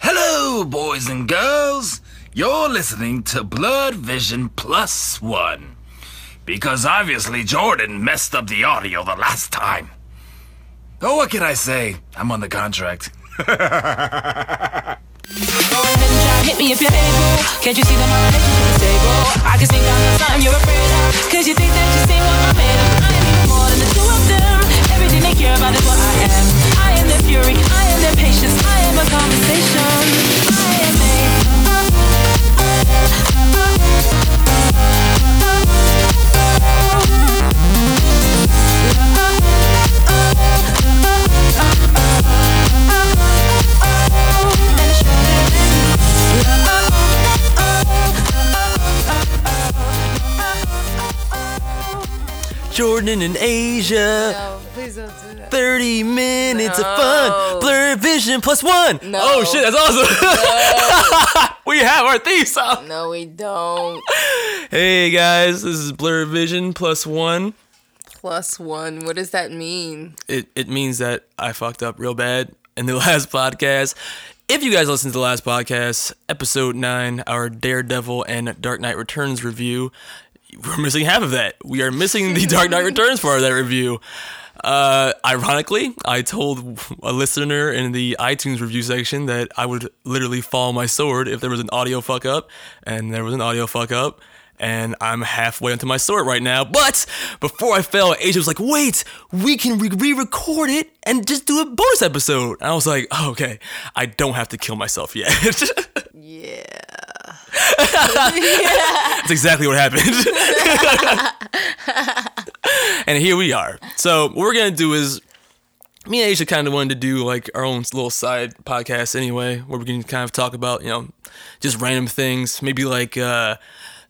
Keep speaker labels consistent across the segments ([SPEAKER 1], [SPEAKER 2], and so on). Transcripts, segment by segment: [SPEAKER 1] Hello, boys and girls. You're listening to Blurred Vision Plus One. Because obviously Jordan messed up the audio the last time. Oh, what can I say? I'm on the contract.
[SPEAKER 2] Hit me if you're able. Can't you see that my relationship is stable? I can sneak down on something you're afraid of. Cause you think that you see what I'm made of. I am even more than the two of them. Everything they care about is what I am. I am their fury. I am their patience. I am a conversation. I am a.
[SPEAKER 3] Jordan and Asia.
[SPEAKER 4] No, please don't do that.
[SPEAKER 3] 30 minutes of
[SPEAKER 4] No.
[SPEAKER 3] fun. Blurred vision plus one.
[SPEAKER 4] No.
[SPEAKER 3] Oh shit, that's awesome. we have our theme song.
[SPEAKER 4] No, we don't.
[SPEAKER 3] Hey guys, this is Blurred Vision plus one.
[SPEAKER 4] Plus one. What does that mean?
[SPEAKER 3] It it means that I fucked up real bad in the last podcast. If you guys listened to the last podcast, episode nine, our Daredevil and Dark Knight Returns review, we're missing half of that. We are missing the Dark Knight Returns part of that review. Uh, ironically, I told a listener in the iTunes review section that I would literally fall on my sword if there was an audio fuck up, and there was an audio fuck up, and I'm halfway onto my sword right now. But before I fell, Asia was like, "Wait, we can re-record it and just do a bonus episode." And I was like, oh, "Okay, I don't have to kill myself yet." That's
[SPEAKER 4] Yeah.
[SPEAKER 3] exactly what happened. and here we are. So what we're gonna do is me and Aisha kind of wanted to do like our own little side podcast anyway, where we can kind of talk about you know just random things, maybe like uh,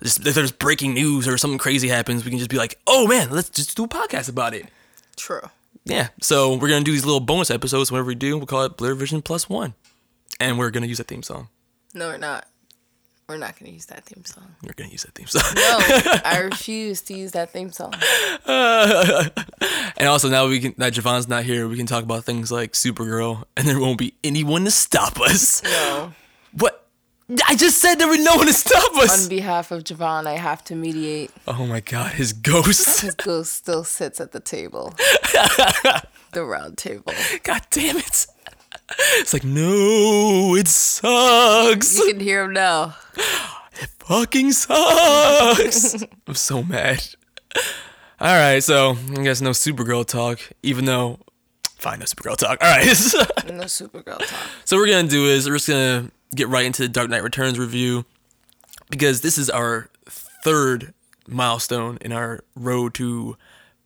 [SPEAKER 3] just, if there's breaking news or something crazy happens, we can just be like, oh man, let's just do a podcast about it.
[SPEAKER 4] True.
[SPEAKER 3] Yeah. So we're gonna do these little bonus episodes. Whenever we do, we'll call it Blur Vision Plus One, and we're gonna use that theme song.
[SPEAKER 4] No, we're not. We're not going to use that theme song.
[SPEAKER 3] We're gonna use that theme song.
[SPEAKER 4] No, I refuse to use that theme song.
[SPEAKER 3] and also now we can that Javon's not here, we can talk about things like Supergirl, and there won't be anyone to stop us.
[SPEAKER 4] No.
[SPEAKER 3] What? I just said there was no one to stop
[SPEAKER 4] On
[SPEAKER 3] us.
[SPEAKER 4] behalf of Javon, I have to mediate.
[SPEAKER 3] Oh my god, his ghost.
[SPEAKER 4] His ghost still sits at the table. the round table.
[SPEAKER 3] God damn it. It's like, no, it sucks.
[SPEAKER 4] You can hear him now.
[SPEAKER 3] Fucking sucks. I'm so mad. All right, so I guess no Supergirl talk, even though. Fine, no Supergirl talk. All right.
[SPEAKER 4] No Supergirl talk.
[SPEAKER 3] So what we're gonna do is we're just gonna get right into the Dark Knight Returns review because this is our third milestone in our road to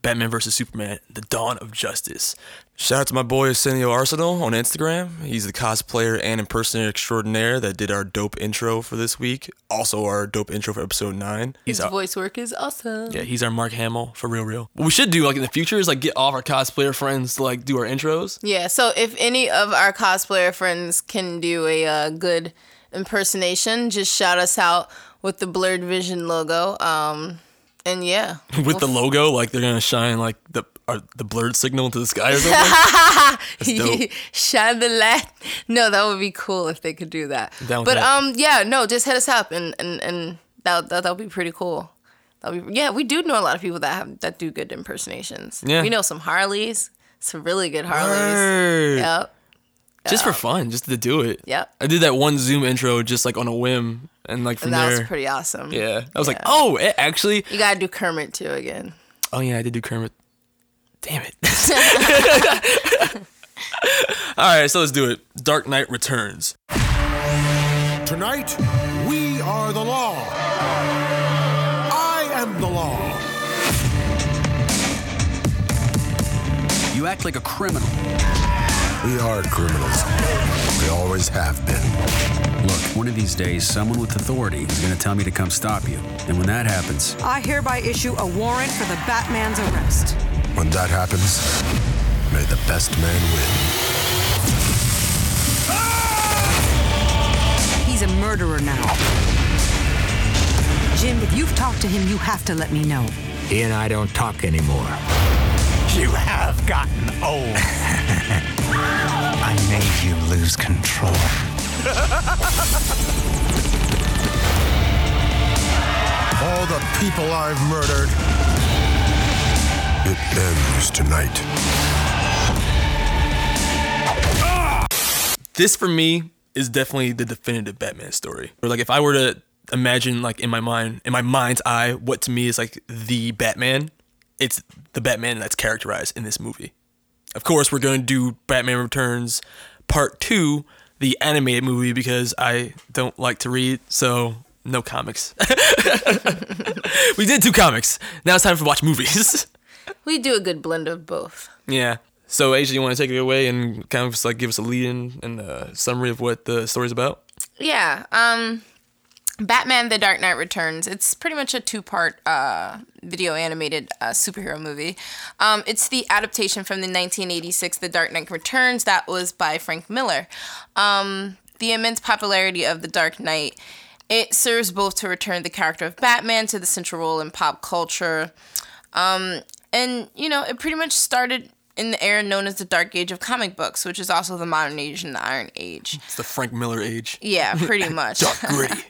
[SPEAKER 3] Batman vs Superman: The Dawn of Justice. Shout out to my boy Arsenio Arsenal on Instagram. He's the cosplayer and impersonator extraordinaire that did our dope intro for this week. Also, our dope intro for episode nine. He's
[SPEAKER 4] His
[SPEAKER 3] our,
[SPEAKER 4] voice work is awesome.
[SPEAKER 3] yeah, he's our Mark Hamill for real, real. What we should do like in the future is like get all of our cosplayer friends to like do our intros.
[SPEAKER 4] Yeah, so if any of our cosplayer friends can do a uh, good impersonation, just shout us out with the blurred vision logo. Um, and yeah,
[SPEAKER 3] with the logo, like they're gonna shine like the or the blurred signal into the sky or something. dope.
[SPEAKER 4] shine the light. No, that would be cool if they could do that.
[SPEAKER 3] Down with
[SPEAKER 4] but
[SPEAKER 3] that.
[SPEAKER 4] um, yeah, no, just hit us up and and and that that that'll be pretty cool. That'll be yeah. We do know a lot of people that have that do good impersonations.
[SPEAKER 3] Yeah.
[SPEAKER 4] we know some Harleys, some really good Harleys.
[SPEAKER 3] Word.
[SPEAKER 4] Yep,
[SPEAKER 3] Just for fun, just to do it.
[SPEAKER 4] Yep.
[SPEAKER 3] I did that one Zoom intro just like on a whim, and like from
[SPEAKER 4] and that
[SPEAKER 3] there,
[SPEAKER 4] was pretty awesome.
[SPEAKER 3] yeah, I was like,
[SPEAKER 4] Yeah.
[SPEAKER 3] oh, it actually,
[SPEAKER 4] You gotta do Kermit too again.
[SPEAKER 3] oh yeah, I did do Kermit. Damn it. All right, so let's do it. Dark Knight Returns.
[SPEAKER 5] Tonight, we are the law. I am the law.
[SPEAKER 6] You act like a criminal.
[SPEAKER 7] We are criminals. We always have been.
[SPEAKER 6] Look, one of these days, someone with authority is going to tell me to come stop you. And when that happens,
[SPEAKER 8] I hereby issue a warrant for the Batman's arrest.
[SPEAKER 7] When that happens, may the best man win.
[SPEAKER 8] He's a murderer now. Jim, if you've talked to him, you have to let me know.
[SPEAKER 9] He and I don't talk anymore.
[SPEAKER 10] You have gotten old. I made you lose control.
[SPEAKER 7] All the people I've murdered.
[SPEAKER 5] It ends tonight.
[SPEAKER 3] This for me is definitely the definitive Batman story. Or like if I were to imagine like in my mind, in my mind's eye, what to me is like the Batman, it's the Batman that's characterized in this movie. Of course, we're going to do Batman Returns Part 2, the animated movie because I don't like to read, so no comics. we did do comics. Now it's time for watch movies.
[SPEAKER 4] We do a good blend of both.
[SPEAKER 3] Yeah. So, Asia, you want to take it away and kind of just like give us a lead in and a summary of what the story's about?
[SPEAKER 4] Yeah. Um Batman The Dark Knight Returns. It's pretty much a two part uh, video animated uh, superhero movie. Um, it's the adaptation from the 1986 The Dark Knight Returns that was by Frank Miller. Um, the immense popularity of The Dark Knight. It serves both to return the character of Batman to the central role in pop culture. Um, and, you know, it pretty much started in the era known as the Dark Age of comic books, which is also the modern age and the Iron Age.
[SPEAKER 3] It's the Frank Miller age.
[SPEAKER 4] Yeah, pretty much.
[SPEAKER 3] Dark gritty.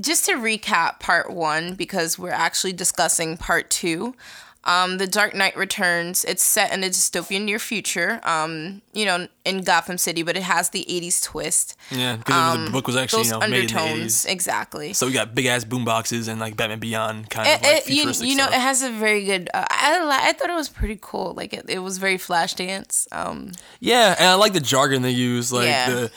[SPEAKER 4] just to recap part one because we're actually discussing part two um, the dark knight returns it's set in a dystopian near future um, you know in gotham city but it has the 80s twist
[SPEAKER 3] yeah, because the book was actually
[SPEAKER 4] Um, those
[SPEAKER 3] you know, made in the
[SPEAKER 4] undertones
[SPEAKER 3] 80s.
[SPEAKER 4] exactly
[SPEAKER 3] So we got big ass boom boxes and like Batman Beyond kind
[SPEAKER 4] it,
[SPEAKER 3] of like
[SPEAKER 4] it- Eh, you,
[SPEAKER 3] futuristic
[SPEAKER 4] you know
[SPEAKER 3] stuff.
[SPEAKER 4] it has a very good uh, I, li- I thought it was pretty cool like it, it was very flash dance um,
[SPEAKER 3] yeah, and I like the jargon they use, like
[SPEAKER 4] Yeah.
[SPEAKER 3] the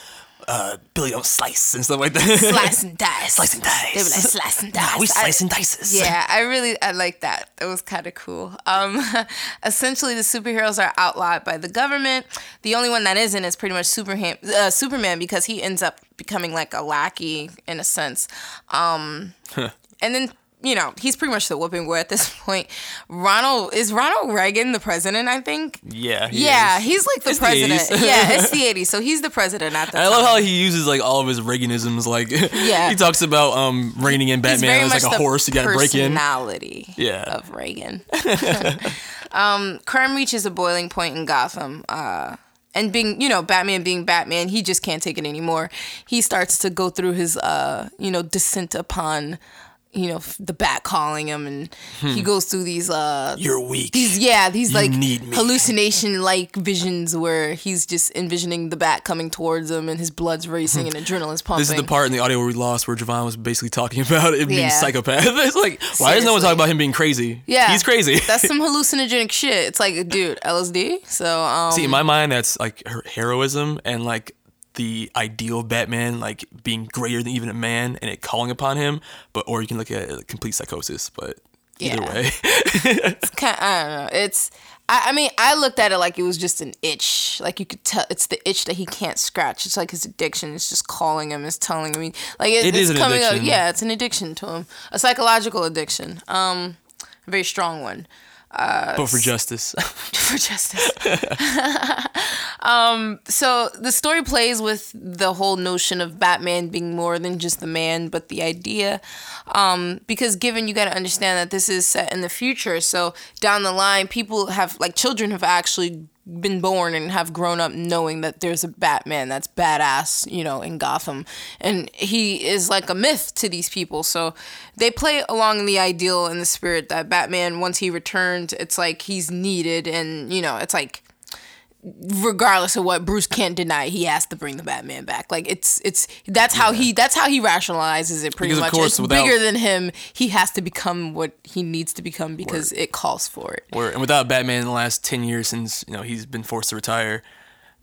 [SPEAKER 3] uh, Billy don't slice and stuff like that.
[SPEAKER 4] slice and dice
[SPEAKER 3] Slice and dice.
[SPEAKER 4] they were like slice and dice
[SPEAKER 3] we
[SPEAKER 4] I-
[SPEAKER 3] slice and dices.
[SPEAKER 4] Yeah, I really I like that. It was kind of cool. Um, essentially, the superheroes are outlawed by the government. The only one that isn't is pretty much Superman, uh, Superman because he ends up becoming like a lackey in a sense. Um, and then you know he's pretty much the whooping boy at this point. Ronald is Ronald Reagan the president? I think.
[SPEAKER 3] Yeah. he
[SPEAKER 4] Yeah,
[SPEAKER 3] is.
[SPEAKER 4] he's like the
[SPEAKER 3] It's the
[SPEAKER 4] president.
[SPEAKER 3] 80s.
[SPEAKER 4] yeah, it's the 80s, so he's the president at the
[SPEAKER 3] I
[SPEAKER 4] time.
[SPEAKER 3] love how he uses like all of his Reaganisms. Like,
[SPEAKER 4] Yeah.
[SPEAKER 3] he talks about um reining in
[SPEAKER 4] He's
[SPEAKER 3] Batman
[SPEAKER 4] very
[SPEAKER 3] as
[SPEAKER 4] much
[SPEAKER 3] like a
[SPEAKER 4] the
[SPEAKER 3] horse you gotta break in.
[SPEAKER 4] Personality
[SPEAKER 3] Yeah.
[SPEAKER 4] of Reagan. um, crime reaches a boiling point in Gotham. Uh, and being, you know, Batman being Batman, he just can't take it anymore. He starts to go through his, uh, you know, descent upon, you know, f- the bat calling him, and
[SPEAKER 3] Hmm.
[SPEAKER 4] he goes through these, uh,
[SPEAKER 3] You're weak.
[SPEAKER 4] these, yeah, these like
[SPEAKER 3] need me.
[SPEAKER 4] hallucination-like visions where he's just envisioning the bat coming towards him, and his blood's racing and adrenaline's pumping.
[SPEAKER 3] Hmm. This is the part in the audio where we lost where Javon was basically talking about it being
[SPEAKER 4] Yeah.
[SPEAKER 3] psychopath. It's like, why does no one
[SPEAKER 4] Seriously.
[SPEAKER 3] talk about him being crazy?
[SPEAKER 4] Yeah,
[SPEAKER 3] He's crazy.
[SPEAKER 4] That's some hallucinogenic shit. It's like, dude, LSD. So, um,
[SPEAKER 3] See, in my mind, that's like her heroism and like the ideal of Batman, like being greater than even a man and it calling upon him. But or you can look at it like complete psychosis. But either
[SPEAKER 4] Yeah.
[SPEAKER 3] way,
[SPEAKER 4] it's kind. I don't know. It's. I, I mean, I looked at it like it was just an itch. Like you could tell, it's the itch that he can't scratch. It's like his addiction. It's just calling him. It's telling him. Like it,
[SPEAKER 3] It
[SPEAKER 4] it's
[SPEAKER 3] is an
[SPEAKER 4] coming up.
[SPEAKER 3] addiction.
[SPEAKER 4] Yeah, it's an addiction to him. A psychological addiction. Um, a very strong one.
[SPEAKER 3] but for justice,
[SPEAKER 4] for justice. um, so the story plays with the whole notion of Batman being more than just the man, but the idea. Um, because given you got to understand that this is set in the future, so down the line, people have like children have actually been born and have grown up knowing that there's a Batman that's badass, you know, in Gotham. And he is like a myth to these people. So they play along the ideal and the spirit that Batman, once he returned, it's like he's needed and, you know, it's like regardless of what Bruce can't deny, he has to bring the Batman back. Like it's it's that's how he that's how he rationalizes it pretty
[SPEAKER 3] Because, of
[SPEAKER 4] much.
[SPEAKER 3] course,
[SPEAKER 4] it's
[SPEAKER 3] without-
[SPEAKER 4] bigger than him. He has to become what he needs to become because it calls for it.
[SPEAKER 3] or and without Batman in the last ten years since you know he's been forced to retire,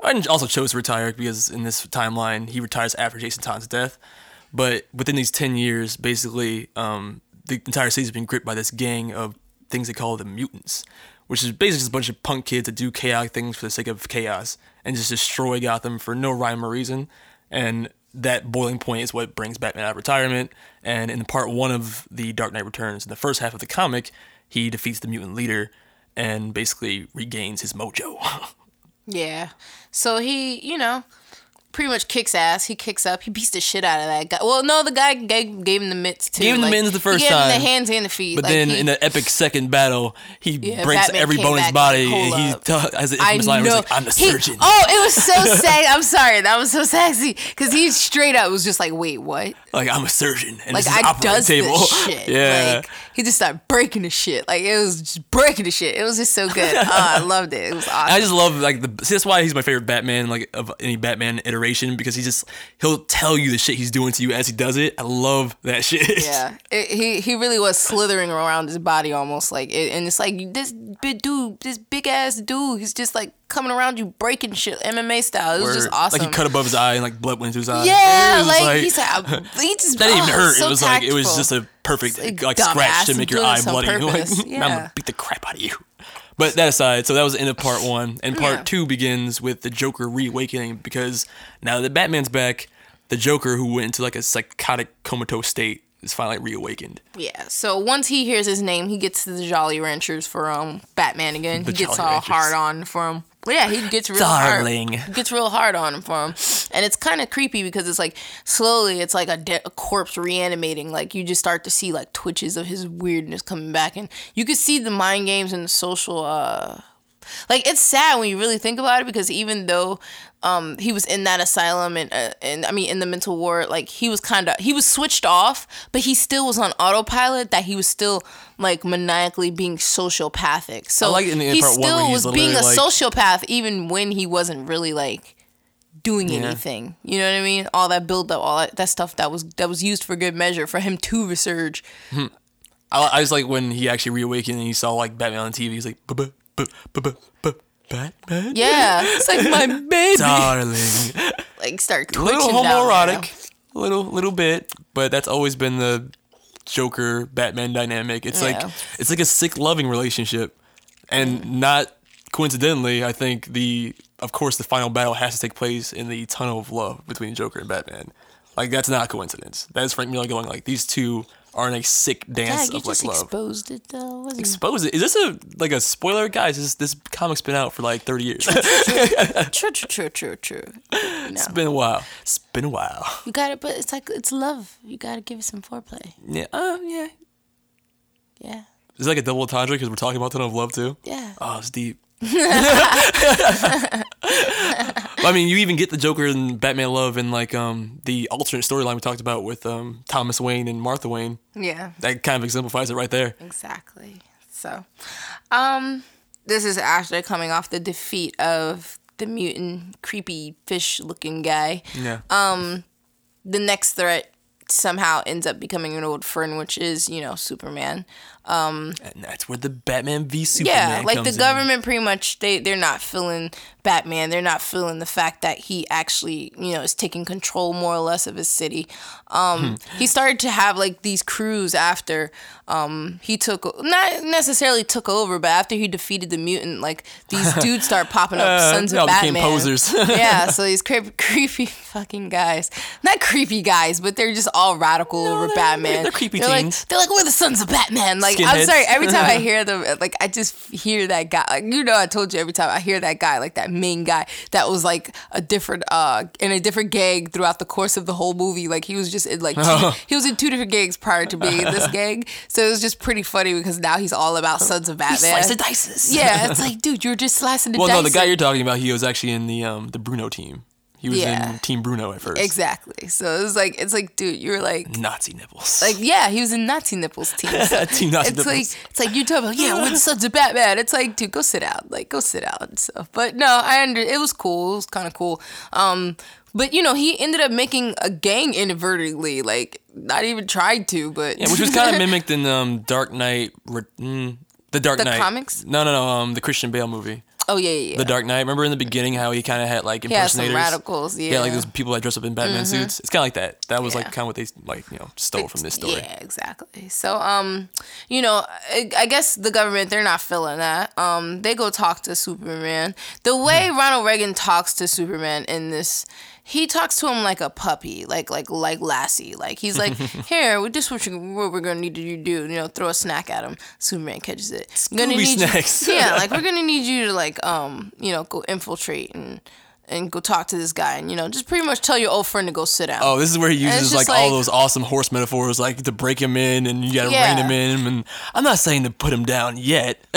[SPEAKER 3] and also chose to retire because in this timeline he retires after Jason Todd's death. But within these ten years, basically, um, the entire city's been gripped by this gang of things they call the mutants, which is basically just a bunch of punk kids that do chaotic things for the sake of chaos and just destroy Gotham for no rhyme or reason. And that boiling point is what brings Batman out of retirement. And in part one of the Dark Knight Returns, in the first half of the comic, he defeats the mutant leader and basically regains his mojo.
[SPEAKER 4] Yeah. So he, you know, pretty much kicks ass. He kicks up. He beats the shit out of that guy. Well, no, the guy gave, gave him the mitts too.
[SPEAKER 3] Gave him the
[SPEAKER 4] Like,
[SPEAKER 3] mittens the
[SPEAKER 4] he
[SPEAKER 3] first
[SPEAKER 4] gave Him
[SPEAKER 3] time.
[SPEAKER 4] the hands and the feet.
[SPEAKER 3] But
[SPEAKER 4] Like,
[SPEAKER 3] then
[SPEAKER 4] he-
[SPEAKER 3] in the epic second battle, he
[SPEAKER 4] Yeah,
[SPEAKER 3] breaks
[SPEAKER 4] Batman
[SPEAKER 3] every
[SPEAKER 4] came
[SPEAKER 3] bone in his
[SPEAKER 4] back,
[SPEAKER 3] body,
[SPEAKER 4] like,
[SPEAKER 3] and
[SPEAKER 4] "Hold
[SPEAKER 3] he
[SPEAKER 4] up."
[SPEAKER 3] tell, has the infamous line where he's like, "I'm the
[SPEAKER 4] He-
[SPEAKER 3] surgeon."
[SPEAKER 4] oh, it was so sexy. I'm sorry, that was so sexy because he straight up was just like, "Wait, what?"
[SPEAKER 3] Like I'm a surgeon, and
[SPEAKER 4] Like
[SPEAKER 3] this is the
[SPEAKER 4] I
[SPEAKER 3] operating
[SPEAKER 4] does
[SPEAKER 3] table.
[SPEAKER 4] this shit.
[SPEAKER 3] yeah,
[SPEAKER 4] Like he just started breaking the shit. Like it was just breaking the shit. It was just so good. Oh, I loved it. It was awesome.
[SPEAKER 3] I just love like the. See, that's why he's my favorite Batman, like of any Batman iteration, because he just he'll tell you the shit he's doing to you as he does it. I love that shit.
[SPEAKER 4] Yeah, it, he he really was slithering around his body almost like it, and it's like this big dude, this big ass dude, he's just like coming around you breaking shit MMA style. It was just
[SPEAKER 3] Where,
[SPEAKER 4] awesome.
[SPEAKER 3] Like he cut above his eye and like blood went into his eye. It
[SPEAKER 4] yeah,
[SPEAKER 3] was just
[SPEAKER 4] like, he's like I- he just
[SPEAKER 3] that didn't even
[SPEAKER 4] oh,
[SPEAKER 3] hurt.
[SPEAKER 4] so
[SPEAKER 3] it was like it was just a perfect
[SPEAKER 4] It's
[SPEAKER 3] like,
[SPEAKER 4] like
[SPEAKER 3] scratch
[SPEAKER 4] dumbass.
[SPEAKER 3] to
[SPEAKER 4] He's
[SPEAKER 3] make your
[SPEAKER 4] doing
[SPEAKER 3] eye
[SPEAKER 4] this on
[SPEAKER 3] bloody. You're like,
[SPEAKER 4] purpose.
[SPEAKER 3] I'm
[SPEAKER 4] Yeah.
[SPEAKER 3] gonna beat the crap out of you. But that aside, so that was the end of part one, and part
[SPEAKER 4] Yeah.
[SPEAKER 3] two begins with the Joker reawakening because now that Batman's back, the Joker who went into like a psychotic comatose state is finally reawakened.
[SPEAKER 4] Yeah. So once he hears his name, he gets to the Jolly Ranchers for um Batman again.
[SPEAKER 3] The
[SPEAKER 4] he gets
[SPEAKER 3] Jolly
[SPEAKER 4] all
[SPEAKER 3] Ranchers.
[SPEAKER 4] hard on for him. But yeah, he gets real
[SPEAKER 3] Darling.
[SPEAKER 4] hard. Gets real hard on him for him, and it's kind of creepy because it's like slowly, it's like a, de- a corpse reanimating. Like you just start to see like twitches of his weirdness coming back, and you could see the mind games and the social. uh like it's sad when you really think about it because even though um, he was in that asylum and uh, and I mean in the mental ward, like he was kind of he was switched off, but he still was on autopilot. That he was still like maniacally being sociopathic. So
[SPEAKER 3] I like in the
[SPEAKER 4] he
[SPEAKER 3] part one where
[SPEAKER 4] still
[SPEAKER 3] he's
[SPEAKER 4] was being a
[SPEAKER 3] literally like-
[SPEAKER 4] sociopath even when he wasn't really like doing
[SPEAKER 3] Yeah.
[SPEAKER 4] anything. You know what I mean? All that build up, all that, that stuff that was that was used for good measure for him to resurge.
[SPEAKER 3] I, I was like when he actually reawakened and he saw like Batman on TV. He's like, "Buh, buh, buh, buh, buh, buh, Batman,
[SPEAKER 4] Yeah, it's like my baby,
[SPEAKER 3] darling,
[SPEAKER 4] like start twitching.
[SPEAKER 3] little
[SPEAKER 4] down there.
[SPEAKER 3] homoerotic, little little bit, but that's always been the Joker Batman dynamic. It's
[SPEAKER 4] Yeah.
[SPEAKER 3] like it's like a sick loving relationship, and not coincidentally, I think the of course the final battle has to take place in the tunnel of love between Joker and Batman. Like that's not a coincidence. That is Frank Miller going like these two are in a sick
[SPEAKER 4] Yeah,
[SPEAKER 3] dance
[SPEAKER 4] you
[SPEAKER 3] of like
[SPEAKER 4] just
[SPEAKER 3] love.
[SPEAKER 4] exposed it though. Wasn't
[SPEAKER 3] expose it. Is this a like a spoiler, guys? This this comic's been out for like thirty years. it's
[SPEAKER 4] it? True, true, true, true, true. No.
[SPEAKER 3] been a while. It's been a while.
[SPEAKER 4] You got it, but it's like it's love. You got to give it some foreplay.
[SPEAKER 3] Yeah. Um. Yeah.
[SPEAKER 4] Yeah,
[SPEAKER 3] Is it like a double entendre because we're talking about Tunnel of Love too?
[SPEAKER 4] yeah.
[SPEAKER 3] Oh, it's deep. I mean, you even get the Joker and Batman love in like um the alternate storyline we talked about with um Thomas Wayne and Martha Wayne.
[SPEAKER 4] Yeah,
[SPEAKER 3] That kind of exemplifies it right there.
[SPEAKER 4] exactly. So, um, this is after coming off the defeat of the mutant, creepy fish-looking guy.
[SPEAKER 3] Yeah.
[SPEAKER 4] the next threat somehow ends up becoming an old friend, which is you know Superman.
[SPEAKER 3] and that's where the Batman v Superman.
[SPEAKER 4] Yeah, like the
[SPEAKER 3] comes in.
[SPEAKER 4] government pretty much they they're not feeling Batman. They're not feeling the fact that he actually you know is taking control more or less of his city. Um,
[SPEAKER 3] Hmm.
[SPEAKER 4] he started to have like these crews after um he took not necessarily took over, but after he defeated the mutant, like these dudes start popping up,
[SPEAKER 3] Uh,
[SPEAKER 4] sons
[SPEAKER 3] they
[SPEAKER 4] of
[SPEAKER 3] all became
[SPEAKER 4] Batman.
[SPEAKER 3] posers.
[SPEAKER 4] yeah, so these creep creepy fucking guys. Not creepy guys, but they're just all radical over
[SPEAKER 3] they're-
[SPEAKER 4] Batman.
[SPEAKER 3] they're creepy
[SPEAKER 4] like-
[SPEAKER 3] teens.
[SPEAKER 4] they're like, we're the sons of Batman. Like, I'm
[SPEAKER 3] Skinheads.
[SPEAKER 4] sorry, every time I hear them, like, I just hear that guy. Like, you know, I told you every time I hear that guy, like, that main guy that was, like, a different, uh, in a different gang throughout the course of the whole movie. Like, he was just in, like, two,
[SPEAKER 3] Oh.
[SPEAKER 4] he was in two different gangs prior to being in this gang. So it was just pretty funny because now he's all about sons of Batman.
[SPEAKER 3] Slice the dices.
[SPEAKER 4] Yeah, it's like, dude, you're just slicing the
[SPEAKER 3] Well,
[SPEAKER 4] dice.
[SPEAKER 3] no, the guy you're talking about, he was actually in the um the Bruno team. He was
[SPEAKER 4] Yeah.
[SPEAKER 3] in Team Bruno at first.
[SPEAKER 4] Exactly. So it was like, it's like, dude, you were like,
[SPEAKER 3] Nazi nipples.
[SPEAKER 4] like, yeah, he was in Nazi nipples team. So
[SPEAKER 3] team Nazi
[SPEAKER 4] it's
[SPEAKER 3] nipples.
[SPEAKER 4] like it's like you talk about yeah, we're the sons of Batman. It's like dude, go sit down, like go sit down. So, but no, I under it was cool. It was kind of cool. Um, but you know he ended up making a gang inadvertently, like not even tried to, but
[SPEAKER 3] Yeah, which was kind of mimicked in um, Dark Knight, re- mm, the Dark
[SPEAKER 4] The
[SPEAKER 3] Knight
[SPEAKER 4] comics?
[SPEAKER 3] No, no, no, um, the Christian Bale movie,
[SPEAKER 4] oh yeah yeah.
[SPEAKER 3] The
[SPEAKER 4] yeah.
[SPEAKER 3] Dark Knight. Remember in the beginning how he kind of had like
[SPEAKER 4] He had some
[SPEAKER 3] impersonators,
[SPEAKER 4] radicals, yeah. Mm-hmm.
[SPEAKER 3] like those people that dress up in Batman suits. It's kind of like that. That was like
[SPEAKER 4] Yeah.
[SPEAKER 3] kind of what they like you know stole from this story.
[SPEAKER 4] Yeah, exactly. So, um, you know, I, I guess the government they're not feeling that. Um, they go talk to Superman. The way
[SPEAKER 3] Hmm.
[SPEAKER 4] Ronald Reagan talks to Superman in this, he talks to him like a puppy, like like like Lassie. Like he's like, here, well, this is what, you, what we're gonna need you to do. You know, throw a snack at him. Superman catches it. Gonna
[SPEAKER 3] Scooby
[SPEAKER 4] need you-
[SPEAKER 3] snacks.
[SPEAKER 4] yeah, like we're gonna need you to like um, you know, go infiltrate and and go talk to this guy and you know just pretty much tell your old friend to go sit down.
[SPEAKER 3] Oh, this is where he
[SPEAKER 4] And it's
[SPEAKER 3] uses like,
[SPEAKER 4] just
[SPEAKER 3] all
[SPEAKER 4] like-
[SPEAKER 3] those awesome horse metaphors, like to break him in and you gotta
[SPEAKER 4] Yeah.
[SPEAKER 3] rein him in. And I'm not saying to put him down yet,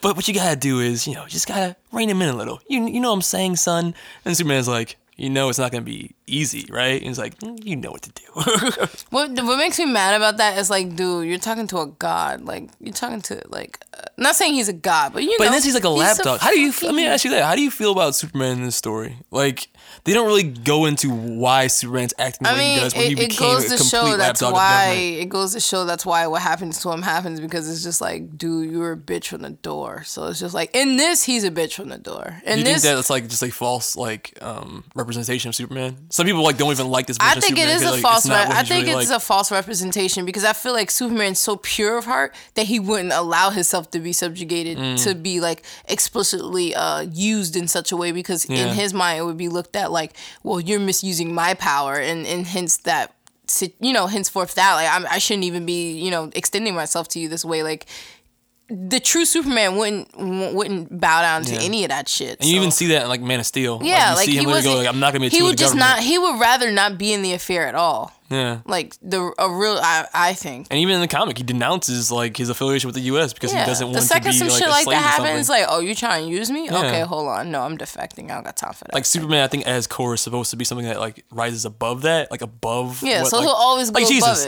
[SPEAKER 3] but what you gotta do is, you know, just gotta rein him in a little. You you know what I'm saying, son? And Superman's like, you know, it's not gonna be easy, right? And he's like, "Mm, you know what to do.
[SPEAKER 4] What what makes me mad about that is like, dude, you're talking to a god. Like you're talking to like, uh, not saying he's a god, but you
[SPEAKER 3] but
[SPEAKER 4] know.
[SPEAKER 3] unless he's like a lap dog, how do you? f- Let me
[SPEAKER 4] fucking-
[SPEAKER 3] ask you that. How do you feel about Superman in this story? Like, they don't really go into why Superman's acting the
[SPEAKER 4] I
[SPEAKER 3] way
[SPEAKER 4] mean,
[SPEAKER 3] he does when he
[SPEAKER 4] it, it
[SPEAKER 3] became
[SPEAKER 4] goes
[SPEAKER 3] a
[SPEAKER 4] to
[SPEAKER 3] complete
[SPEAKER 4] show that's
[SPEAKER 3] lapdog of
[SPEAKER 4] why
[SPEAKER 3] government.
[SPEAKER 4] it goes to show that's why what happens to him happens because it's just like, dude, you were a bitch from the door. So it's just like in this, he's a bitch from the door. In
[SPEAKER 3] you
[SPEAKER 4] this,
[SPEAKER 3] think that it's like just like false like um representation of Superman? Some people like don't even like this.
[SPEAKER 4] I
[SPEAKER 3] version of
[SPEAKER 4] think it
[SPEAKER 3] Superman
[SPEAKER 4] is
[SPEAKER 3] 'cause,
[SPEAKER 4] a
[SPEAKER 3] like,
[SPEAKER 4] false.
[SPEAKER 3] It's not
[SPEAKER 4] Re-
[SPEAKER 3] what
[SPEAKER 4] I
[SPEAKER 3] he's
[SPEAKER 4] think
[SPEAKER 3] really
[SPEAKER 4] it's
[SPEAKER 3] like.
[SPEAKER 4] a false representation because I feel like Superman's so pure of heart that he wouldn't allow himself to be subjugated
[SPEAKER 3] Mm.
[SPEAKER 4] to be like explicitly uh, used in such a way because
[SPEAKER 3] Yeah.
[SPEAKER 4] in his mind it would be looked at like, well, you're misusing my power, and and hence that. si- You know, henceforth that like I'm, I shouldn't even be you know extending myself to you this way. Like the true Superman wouldn't wouldn't bow down to
[SPEAKER 3] Yeah.
[SPEAKER 4] any of that shit.
[SPEAKER 3] and you
[SPEAKER 4] so.
[SPEAKER 3] even see that in like Man of Steel.
[SPEAKER 4] Yeah,
[SPEAKER 3] like,
[SPEAKER 4] like
[SPEAKER 3] you see
[SPEAKER 4] he
[SPEAKER 3] him literally
[SPEAKER 4] wasn't.
[SPEAKER 3] go like I'm not gonna be a
[SPEAKER 4] he
[SPEAKER 3] tool to
[SPEAKER 4] would
[SPEAKER 3] the
[SPEAKER 4] just
[SPEAKER 3] government.
[SPEAKER 4] not. He would rather not be in the affair at all.
[SPEAKER 3] yeah.
[SPEAKER 4] Like the a real. I I think.
[SPEAKER 3] And even in the comic, he denounces like his affiliation with the U.S. because
[SPEAKER 4] Yeah.
[SPEAKER 3] he doesn't
[SPEAKER 4] the
[SPEAKER 3] want to
[SPEAKER 4] second
[SPEAKER 3] be
[SPEAKER 4] some
[SPEAKER 3] like
[SPEAKER 4] shit
[SPEAKER 3] a
[SPEAKER 4] like
[SPEAKER 3] slave
[SPEAKER 4] that
[SPEAKER 3] or
[SPEAKER 4] happens,
[SPEAKER 3] something.
[SPEAKER 4] it's like, oh, you trying to use me? Okay,
[SPEAKER 3] Yeah.
[SPEAKER 4] hold on. No, I'm defecting. I don't got time for that.
[SPEAKER 3] like Superman, I think as core is supposed to be something that like rises above that, like above.
[SPEAKER 4] yeah,
[SPEAKER 3] what,
[SPEAKER 4] so
[SPEAKER 3] like,
[SPEAKER 4] he'll always go
[SPEAKER 3] like
[SPEAKER 4] above
[SPEAKER 3] Jesus.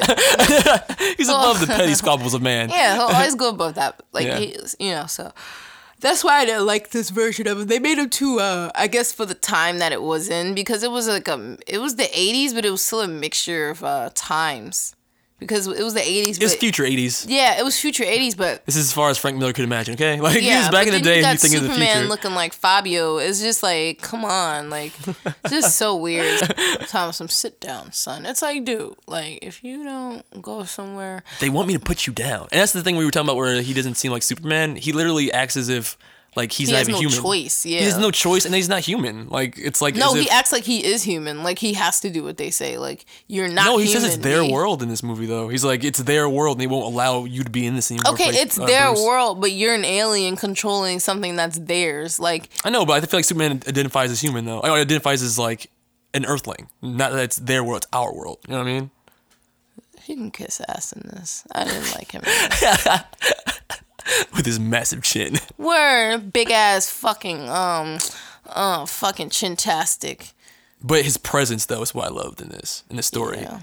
[SPEAKER 4] it.
[SPEAKER 3] He's above the petty squabbles of man.
[SPEAKER 4] Yeah, he'll always go above that. Like
[SPEAKER 3] Yeah.
[SPEAKER 4] he, you know, so that's why I didn't like this version of it. They made him too. Uh, I guess for the time that it was in, because it was like a, it was the '80s, but it was still a mixture of uh, times. Because it was the '80s.
[SPEAKER 3] It's
[SPEAKER 4] but-
[SPEAKER 3] future '80s.
[SPEAKER 4] Yeah, it was future '80s, but
[SPEAKER 3] This is as far as Frank Miller could imagine. Okay, like he
[SPEAKER 4] yeah,
[SPEAKER 3] was back in
[SPEAKER 4] but
[SPEAKER 3] the
[SPEAKER 4] then
[SPEAKER 3] day.
[SPEAKER 4] You
[SPEAKER 3] and
[SPEAKER 4] got
[SPEAKER 3] you think of the
[SPEAKER 4] Superman
[SPEAKER 3] future.
[SPEAKER 4] looking like Fabio. It's just like, come on, like, just so weird. Thomas, I'm sit down, son. It's like, dude, like if you don't go somewhere,
[SPEAKER 3] they want me to put you down. And that's the thing we were talking about where he doesn't seem like Superman. He literally acts as if like he's
[SPEAKER 4] He
[SPEAKER 3] not
[SPEAKER 4] has
[SPEAKER 3] even
[SPEAKER 4] no
[SPEAKER 3] human.
[SPEAKER 4] choice,
[SPEAKER 3] He has
[SPEAKER 4] yeah.
[SPEAKER 3] no choice and he's not human. Like it's like
[SPEAKER 4] no,
[SPEAKER 3] as
[SPEAKER 4] he
[SPEAKER 3] if-
[SPEAKER 4] acts like he is human. Like he has to do what they say. Like you're not.
[SPEAKER 3] No, he
[SPEAKER 4] human,
[SPEAKER 3] says it's their
[SPEAKER 4] B.
[SPEAKER 3] world in this movie though. He's like it's their world and they won't allow you to be in this anymore.
[SPEAKER 4] Okay,
[SPEAKER 3] Blake-
[SPEAKER 4] it's
[SPEAKER 3] uh,
[SPEAKER 4] their
[SPEAKER 3] Bruce.
[SPEAKER 4] world, but you're an alien controlling something that's theirs. Like
[SPEAKER 3] I know, but I feel like Superman identifies as human though. I identifies as like an earthling. Not that it's their world, it's our world. You know what I mean?
[SPEAKER 4] he can kiss ass in this. I didn't like him.
[SPEAKER 3] With his massive chin.
[SPEAKER 4] Word, big ass fucking um, uh, fucking chintastic.
[SPEAKER 3] But his presence though is what I loved in this in this story.
[SPEAKER 4] Yeah.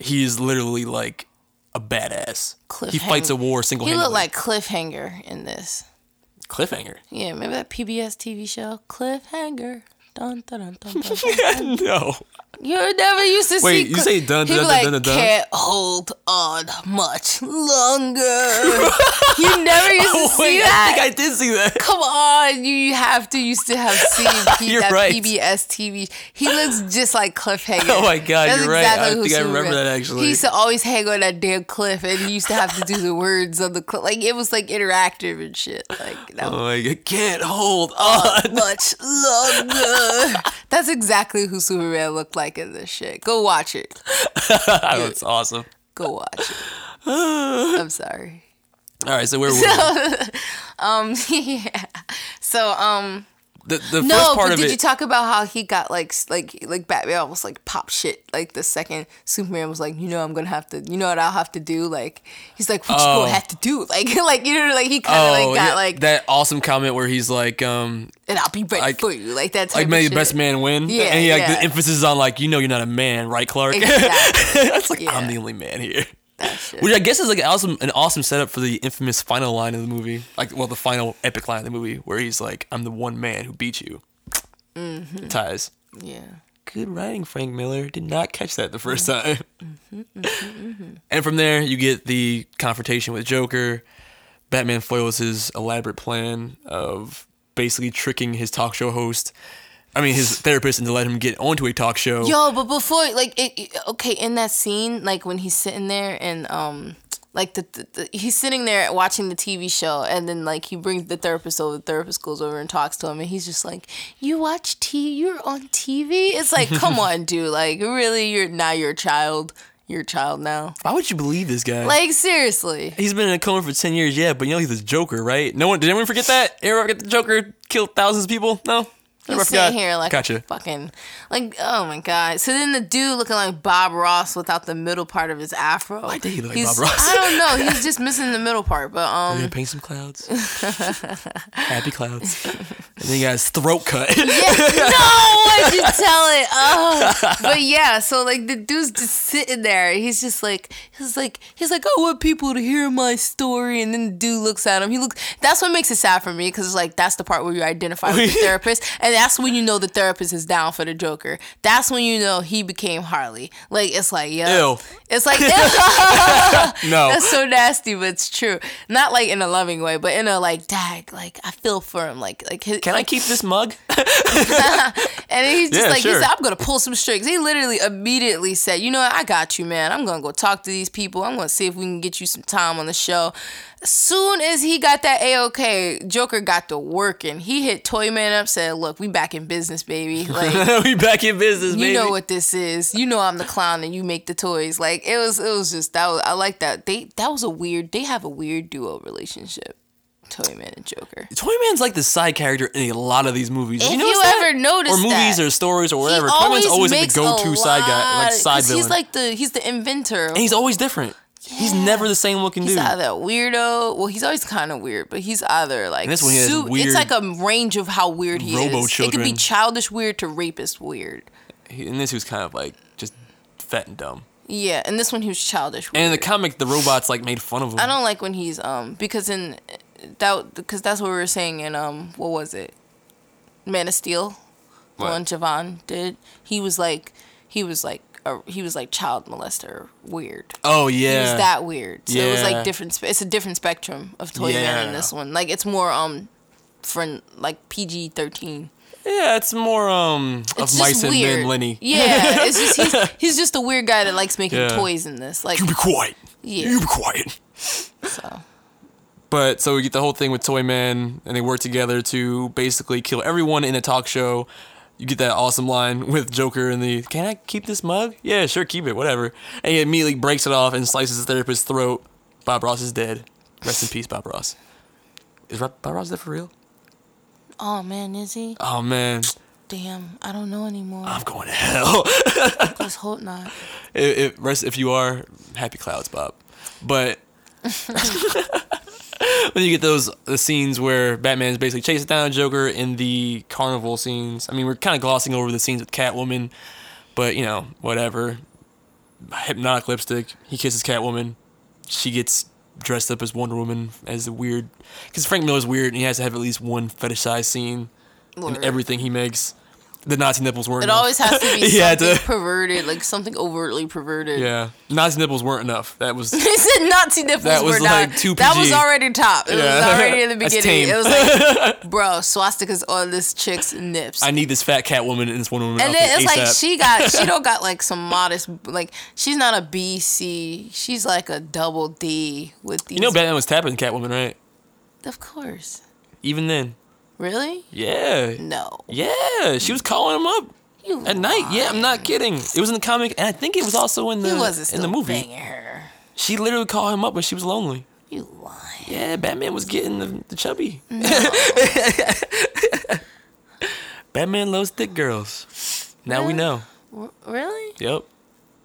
[SPEAKER 3] He is literally like a badass.
[SPEAKER 4] Cliffhanger.
[SPEAKER 3] He fights a war single
[SPEAKER 4] He
[SPEAKER 3] handedly.
[SPEAKER 4] looked like Cliffhanger in this.
[SPEAKER 3] cliffhanger.
[SPEAKER 4] Yeah, remember that PBS TV show Cliffhanger? Dun, dun, dun, dun, dun, dun.
[SPEAKER 3] no.
[SPEAKER 4] you never used to
[SPEAKER 3] Wait,
[SPEAKER 4] see.
[SPEAKER 3] you say dun,
[SPEAKER 4] He'd
[SPEAKER 3] dun,
[SPEAKER 4] be
[SPEAKER 3] dun,
[SPEAKER 4] like,
[SPEAKER 3] dun, dun, dun?
[SPEAKER 4] Can't hold on much longer. you never used to see
[SPEAKER 3] Wait,
[SPEAKER 4] that.
[SPEAKER 3] I think I did see that.
[SPEAKER 4] Come on, you, you have to used to have seen P-
[SPEAKER 3] You're
[SPEAKER 4] that
[SPEAKER 3] right.
[SPEAKER 4] PBS TV. He looks just like Cliffhanger.
[SPEAKER 3] Oh my God,
[SPEAKER 4] That's
[SPEAKER 3] you're right. I
[SPEAKER 4] who
[SPEAKER 3] think I remember
[SPEAKER 4] Superman-
[SPEAKER 3] that actually.
[SPEAKER 4] He used to always hang on that damn cliff, and he used to have to do the words on the cliff. Like it was like interactive and shit. Like that was
[SPEAKER 3] Oh, I can't hold
[SPEAKER 4] Oh.
[SPEAKER 3] on.
[SPEAKER 4] much longer. That's exactly who Superman looked like in this shit. Go watch it.
[SPEAKER 3] That's awesome.
[SPEAKER 4] Go watch it. I'm sorry.
[SPEAKER 3] All right, so where were we?
[SPEAKER 4] yeah. So um.
[SPEAKER 3] The, the
[SPEAKER 4] No,
[SPEAKER 3] first part
[SPEAKER 4] but
[SPEAKER 3] of
[SPEAKER 4] did
[SPEAKER 3] it.
[SPEAKER 4] you talk about how he got like s- like like Batman almost like pop shit like the second Superman was like, you know, I'm gonna have to, you know what I'll have to do? Like he's like, what you
[SPEAKER 3] Oh.
[SPEAKER 4] gonna have to do? Like like you know like he kind of
[SPEAKER 3] oh,
[SPEAKER 4] like got
[SPEAKER 3] yeah,
[SPEAKER 4] like,
[SPEAKER 3] that awesome comment where he's like, um,
[SPEAKER 4] and I'll be ready
[SPEAKER 3] like-
[SPEAKER 4] for you like that. Type
[SPEAKER 3] like,
[SPEAKER 4] of
[SPEAKER 3] may the
[SPEAKER 4] shit.
[SPEAKER 3] best man win.
[SPEAKER 4] Yeah,
[SPEAKER 3] And he, like,
[SPEAKER 4] yeah.
[SPEAKER 3] the emphasis is on, like, you know, you're not a man, right, Clark?
[SPEAKER 4] Exactly.
[SPEAKER 3] That's like,
[SPEAKER 4] Yeah.
[SPEAKER 3] I'm the only man here.
[SPEAKER 4] That shit.
[SPEAKER 3] Which I guess is like an awesome, an awesome setup for the infamous final line of the movie. Like, well, the final epic line of the movie where he's like, "I'm the one man who beat you."
[SPEAKER 4] Mm-hmm.
[SPEAKER 3] Ties.
[SPEAKER 4] Yeah.
[SPEAKER 3] good writing, Frank Miller. Did not catch that the first
[SPEAKER 4] Mm-hmm,
[SPEAKER 3] time. And from there, you get the confrontation with Joker. Batman foils his elaborate plan of basically tricking his talk show host, I mean, his therapist, into let him get onto a talk show.
[SPEAKER 4] Yo, but before like it, it- okay, in that scene, like when he's sitting there and um like the, the, the he's sitting there watching the TV show and then like he brings the therapist over, the therapist goes over and talks to him and he's just like, "You watch T, you're on TV?" It's like, "Come on, dude. Like really, you're now you're a child. You're a child now."
[SPEAKER 3] Why would you believe this guy?
[SPEAKER 4] Like seriously.
[SPEAKER 3] He's been in a coma for ten years, yeah, but you know he's the Joker, right? No one did anyone forget that? Everyone forget the Joker killed thousands of people? No? I
[SPEAKER 4] He's
[SPEAKER 3] forgot.
[SPEAKER 4] sitting here like
[SPEAKER 3] Gotcha.
[SPEAKER 4] fucking like oh my god. So then the dude looking like Bob Ross without the middle part of his afro. Why
[SPEAKER 3] did he look like
[SPEAKER 4] he's,
[SPEAKER 3] Bob Ross?
[SPEAKER 4] I don't know. He's just missing the middle part. But
[SPEAKER 3] We're
[SPEAKER 4] um
[SPEAKER 3] gonna paint some clouds. Happy clouds. And then you got his throat cut.
[SPEAKER 4] no, why'd you tell it? Oh, but yeah. So like the dude's just sitting there. He's just like he's like he's like I want people to hear my story. And then the dude looks at him. He looks. That's what makes it sad for me because it's like that's the part where you identify with the therapist, and that's when you know the therapist is down for the Joker. That's when you know he became Harley. Like it's like yeah.
[SPEAKER 3] Ew.
[SPEAKER 4] It's like ew.
[SPEAKER 3] no.
[SPEAKER 4] That's so nasty, but it's true. Not like in a loving way, but in a like, dag, like I feel for him. Like, like his,
[SPEAKER 3] Can I keep this mug?
[SPEAKER 4] and then he's just
[SPEAKER 3] Yeah,
[SPEAKER 4] like,
[SPEAKER 3] sure.
[SPEAKER 4] he said, I'm gonna pull some strings. He literally immediately said, You know what, I got you, man. I'm gonna go talk to these people. I'm gonna see if we can get you some time on the show. Soon as he got that AOK, Joker got to working. He hit Toyman up, said, Look, we back in business, baby. Like
[SPEAKER 3] we back in business,
[SPEAKER 4] you
[SPEAKER 3] baby.
[SPEAKER 4] know what this is. You know I'm the clown and you make the toys. Like it was it was just that was I like that. They that was a weird they have a weird duo relationship. Toyman and Joker.
[SPEAKER 3] Toyman's like the side character in a lot of these movies.
[SPEAKER 4] If
[SPEAKER 3] you, notice
[SPEAKER 4] you
[SPEAKER 3] that?
[SPEAKER 4] ever notice
[SPEAKER 3] or movies
[SPEAKER 4] that.
[SPEAKER 3] or stories or whatever,
[SPEAKER 4] He
[SPEAKER 3] Toyman's always like
[SPEAKER 4] makes
[SPEAKER 3] the
[SPEAKER 4] a
[SPEAKER 3] go-to side guy, like
[SPEAKER 4] lot-
[SPEAKER 3] side
[SPEAKER 4] 'cause
[SPEAKER 3] villain.
[SPEAKER 4] He's like the he's the inventor.
[SPEAKER 3] and he's always different. He's never the same looking
[SPEAKER 4] He's
[SPEAKER 3] dude.
[SPEAKER 4] either a weirdo. Well, he's always kind of weird, but he's either like
[SPEAKER 3] this one, he has
[SPEAKER 4] su-
[SPEAKER 3] weird
[SPEAKER 4] It's like a range of how weird he
[SPEAKER 3] robo
[SPEAKER 4] is. It could
[SPEAKER 3] children.
[SPEAKER 4] be childish weird to rapist weird.
[SPEAKER 3] He- and this was kind of like just fat and dumb.
[SPEAKER 4] Yeah, and this one he was childish weird.
[SPEAKER 3] And in the comic, the robots like made fun of him.
[SPEAKER 4] I don't like when he's um because in that because that's what we were saying in um what was it, Man of Steel, the
[SPEAKER 3] What?
[SPEAKER 4] one Javon did. He was like he was like a, he was like child molester weird.
[SPEAKER 3] oh
[SPEAKER 4] He
[SPEAKER 3] yeah.
[SPEAKER 4] was that weird. So it was
[SPEAKER 3] Yeah.
[SPEAKER 4] like different. Spe- it's a different spectrum of Toy Man
[SPEAKER 3] Yeah.
[SPEAKER 4] in this one. Like it's more um, friend like PG thirteen.
[SPEAKER 3] Yeah, it's more um
[SPEAKER 4] It's
[SPEAKER 3] of
[SPEAKER 4] just
[SPEAKER 3] mice and
[SPEAKER 4] weird.
[SPEAKER 3] men Lenny.
[SPEAKER 4] Yeah, it's just he's, he's just a weird guy that likes making
[SPEAKER 3] Yeah.
[SPEAKER 4] toys in this. Like
[SPEAKER 3] You be quiet.
[SPEAKER 4] Yeah.
[SPEAKER 3] You be quiet.
[SPEAKER 4] so.
[SPEAKER 3] But so we get the whole thing with Toy Man, and they work together to basically kill everyone in a talk show. You get that awesome line with Joker and the "Can I keep this mug? Yeah, sure, keep it, whatever." And he immediately breaks it off and slices his therapist's throat. Bob Ross is dead. Rest in peace, Bob Ross. Is Rob- Bob Ross dead for real?
[SPEAKER 4] Oh man, is he?
[SPEAKER 3] Oh man,
[SPEAKER 4] Damn, I don't know anymore.
[SPEAKER 3] I'm going to hell.
[SPEAKER 4] Let's hope not.
[SPEAKER 3] It, it, rest, if you are, happy clouds, Bob. But when you get those the scenes where Batman's basically chasing down Joker in the carnival scenes, I mean, we're kind of glossing over the scenes with Catwoman, but you know, whatever. Hypnotic lipstick. He kisses Catwoman. She gets dressed up as Wonder Woman as a weird, because Frank Miller's weird, and he has to have at least one fetishized scene in
[SPEAKER 4] Word.
[SPEAKER 3] everything he makes. The Nazi nipples weren't.
[SPEAKER 4] It
[SPEAKER 3] enough.
[SPEAKER 4] always has to be something
[SPEAKER 3] He had to-
[SPEAKER 4] perverted, like something overtly perverted.
[SPEAKER 3] Yeah, Nazi nipples weren't enough. That was
[SPEAKER 4] They said Nazi nipples
[SPEAKER 3] That was
[SPEAKER 4] were not.
[SPEAKER 3] like too
[SPEAKER 4] That
[SPEAKER 3] PG.
[SPEAKER 4] was already top. It was
[SPEAKER 3] Yeah.
[SPEAKER 4] already in the
[SPEAKER 3] That's
[SPEAKER 4] beginning.
[SPEAKER 3] tame.
[SPEAKER 4] It was like, bro, swastikas on this chick's nips.
[SPEAKER 3] I need this fat cat woman and this one woman.
[SPEAKER 4] and then it's
[SPEAKER 3] outfit
[SPEAKER 4] like
[SPEAKER 3] ASAP.
[SPEAKER 4] she got she don't got like some modest like she's not a BC she's like a double D with these
[SPEAKER 3] You know, Batman was tapping Catwoman, right?
[SPEAKER 4] of course
[SPEAKER 3] Even then,
[SPEAKER 4] really
[SPEAKER 3] yeah,
[SPEAKER 4] no
[SPEAKER 3] yeah, she was calling him up
[SPEAKER 4] you
[SPEAKER 3] at night. Yeah, I'm Uh, not kidding. It was in the comic, and I think it was also in the
[SPEAKER 4] he wasn't still
[SPEAKER 3] in the movie.
[SPEAKER 4] banging her
[SPEAKER 3] She literally called him up when she was lonely.
[SPEAKER 4] you lying
[SPEAKER 3] Yeah, Batman was getting the, the chubby. Batman loves thick girls. Now we know.
[SPEAKER 4] R- really
[SPEAKER 3] Yep.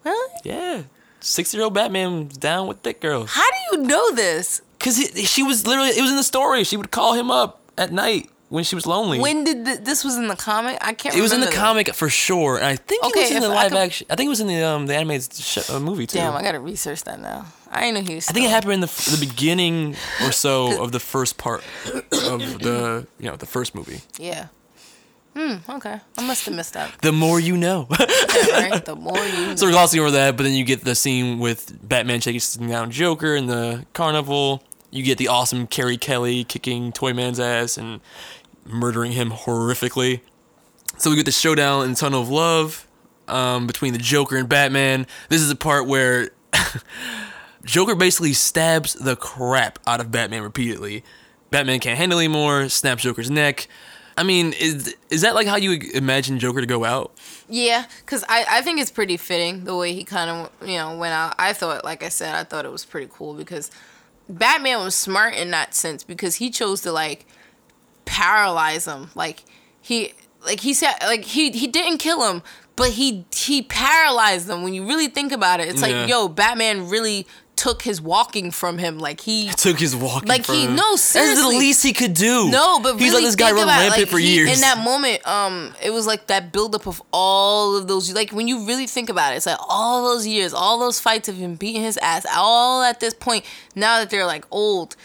[SPEAKER 4] really
[SPEAKER 3] Yeah. Six year old Batman was down with thick girls.
[SPEAKER 4] how do you know this
[SPEAKER 3] Cause he, she was literally it was in the story. She would call him up at night when she was lonely.
[SPEAKER 4] when did th- this was in the comic I can't
[SPEAKER 3] it was in the
[SPEAKER 4] remember that.
[SPEAKER 3] comic for sure, and I think it was
[SPEAKER 4] Okay,
[SPEAKER 3] in the
[SPEAKER 4] if I
[SPEAKER 3] live
[SPEAKER 4] could-
[SPEAKER 3] action. I think it was in the um the animated sh- uh, movie too.
[SPEAKER 4] damn I gotta research that now I ain't know he was
[SPEAKER 3] I think it
[SPEAKER 4] still-
[SPEAKER 3] happened in the f- the beginning or so of the first part of the you know the first movie.
[SPEAKER 4] yeah hmm okay I must have missed that
[SPEAKER 3] The more you know.
[SPEAKER 4] yeah, right? the more you
[SPEAKER 3] so we're glossing over that, but then you get the scene with Batman chasing down Joker in the carnival. You get the awesome Carrie Kelly kicking Toyman's ass and murdering him horrifically. So we get the showdown in Tunnel of Love um, between the Joker and Batman. This is the part where Joker basically stabs the crap out of Batman repeatedly. Batman can't handle anymore, snaps Joker's neck. I mean, is is that like how you imagine Joker to go out?
[SPEAKER 4] Yeah, because I, I think it's pretty fitting the way he kind of, you know, went out. I thought, like I said, I thought it was pretty cool because Batman was smart in that sense because he chose to, like, paralyze him. Like, he, like he said like he he didn't kill him but he he paralyzed them when you really think about it it's
[SPEAKER 3] Yeah.
[SPEAKER 4] like yo batman really took his walking from him like he
[SPEAKER 3] Took his walking.
[SPEAKER 4] Like, he-
[SPEAKER 3] from-
[SPEAKER 4] no,
[SPEAKER 3] That's
[SPEAKER 4] seriously.
[SPEAKER 3] the least he could do.
[SPEAKER 4] no, but
[SPEAKER 3] he's
[SPEAKER 4] really
[SPEAKER 3] let this guy
[SPEAKER 4] think
[SPEAKER 3] run
[SPEAKER 4] about it,
[SPEAKER 3] rampant
[SPEAKER 4] like,
[SPEAKER 3] for
[SPEAKER 4] he-
[SPEAKER 3] years.
[SPEAKER 4] In that moment, um, it was like that buildup of all of those. Like when you really think about it, it's like all those years, all those fights of him beating his ass. All at this point, now that they're like old,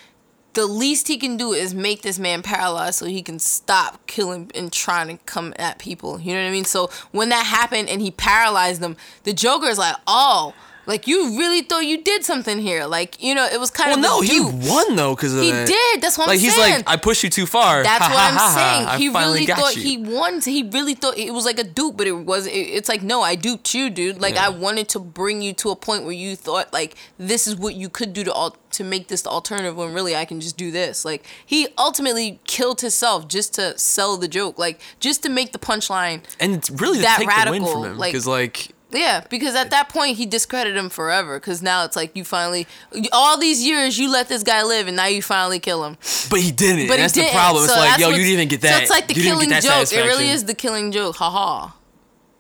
[SPEAKER 4] the least he can do is make this man paralyzed so he can stop killing and trying to come at people. You know what I mean? So when that happened and he paralyzed them, the Joker is like, oh. Like you really thought you did something here, like you know it was kind
[SPEAKER 3] well, no,
[SPEAKER 4] of a
[SPEAKER 3] he
[SPEAKER 4] dupe.
[SPEAKER 3] won though because
[SPEAKER 4] He did, that's what I'm
[SPEAKER 3] like, He's
[SPEAKER 4] saying.
[SPEAKER 3] like, I pushed you too far.
[SPEAKER 4] That's
[SPEAKER 3] Ha,
[SPEAKER 4] what
[SPEAKER 3] ha,
[SPEAKER 4] I'm
[SPEAKER 3] ha, ha.
[SPEAKER 4] saying.
[SPEAKER 3] I
[SPEAKER 4] he
[SPEAKER 3] finally
[SPEAKER 4] really
[SPEAKER 3] got
[SPEAKER 4] thought
[SPEAKER 3] you.
[SPEAKER 4] he won. He really thought it was like a dupe, but it was. It, it's like no, I duped you, dude. Like
[SPEAKER 3] Yeah.
[SPEAKER 4] I wanted to bring you to a point where you thought like this is what you could do to all to make this the alternative. When really I can just do this. Like he ultimately killed himself just to sell the joke, like just to make the punchline.
[SPEAKER 3] and it's really
[SPEAKER 4] that
[SPEAKER 3] to take the win
[SPEAKER 4] radical,
[SPEAKER 3] from him
[SPEAKER 4] like-
[SPEAKER 3] because like
[SPEAKER 4] Yeah, because at that point he discredited him forever. Because now it's like you finally, all these years you let this guy live, and now you finally kill him.
[SPEAKER 3] But he didn't. and
[SPEAKER 4] But he
[SPEAKER 3] that's
[SPEAKER 4] didn't.
[SPEAKER 3] the problem. It's
[SPEAKER 4] So
[SPEAKER 3] like,
[SPEAKER 4] that's
[SPEAKER 3] yo, you
[SPEAKER 4] what's-
[SPEAKER 3] didn't even get that.
[SPEAKER 4] So it's like the
[SPEAKER 3] you didn't
[SPEAKER 4] killing
[SPEAKER 3] get that
[SPEAKER 4] joke. It really
[SPEAKER 3] satisfaction.
[SPEAKER 4] is the killing joke. Haha.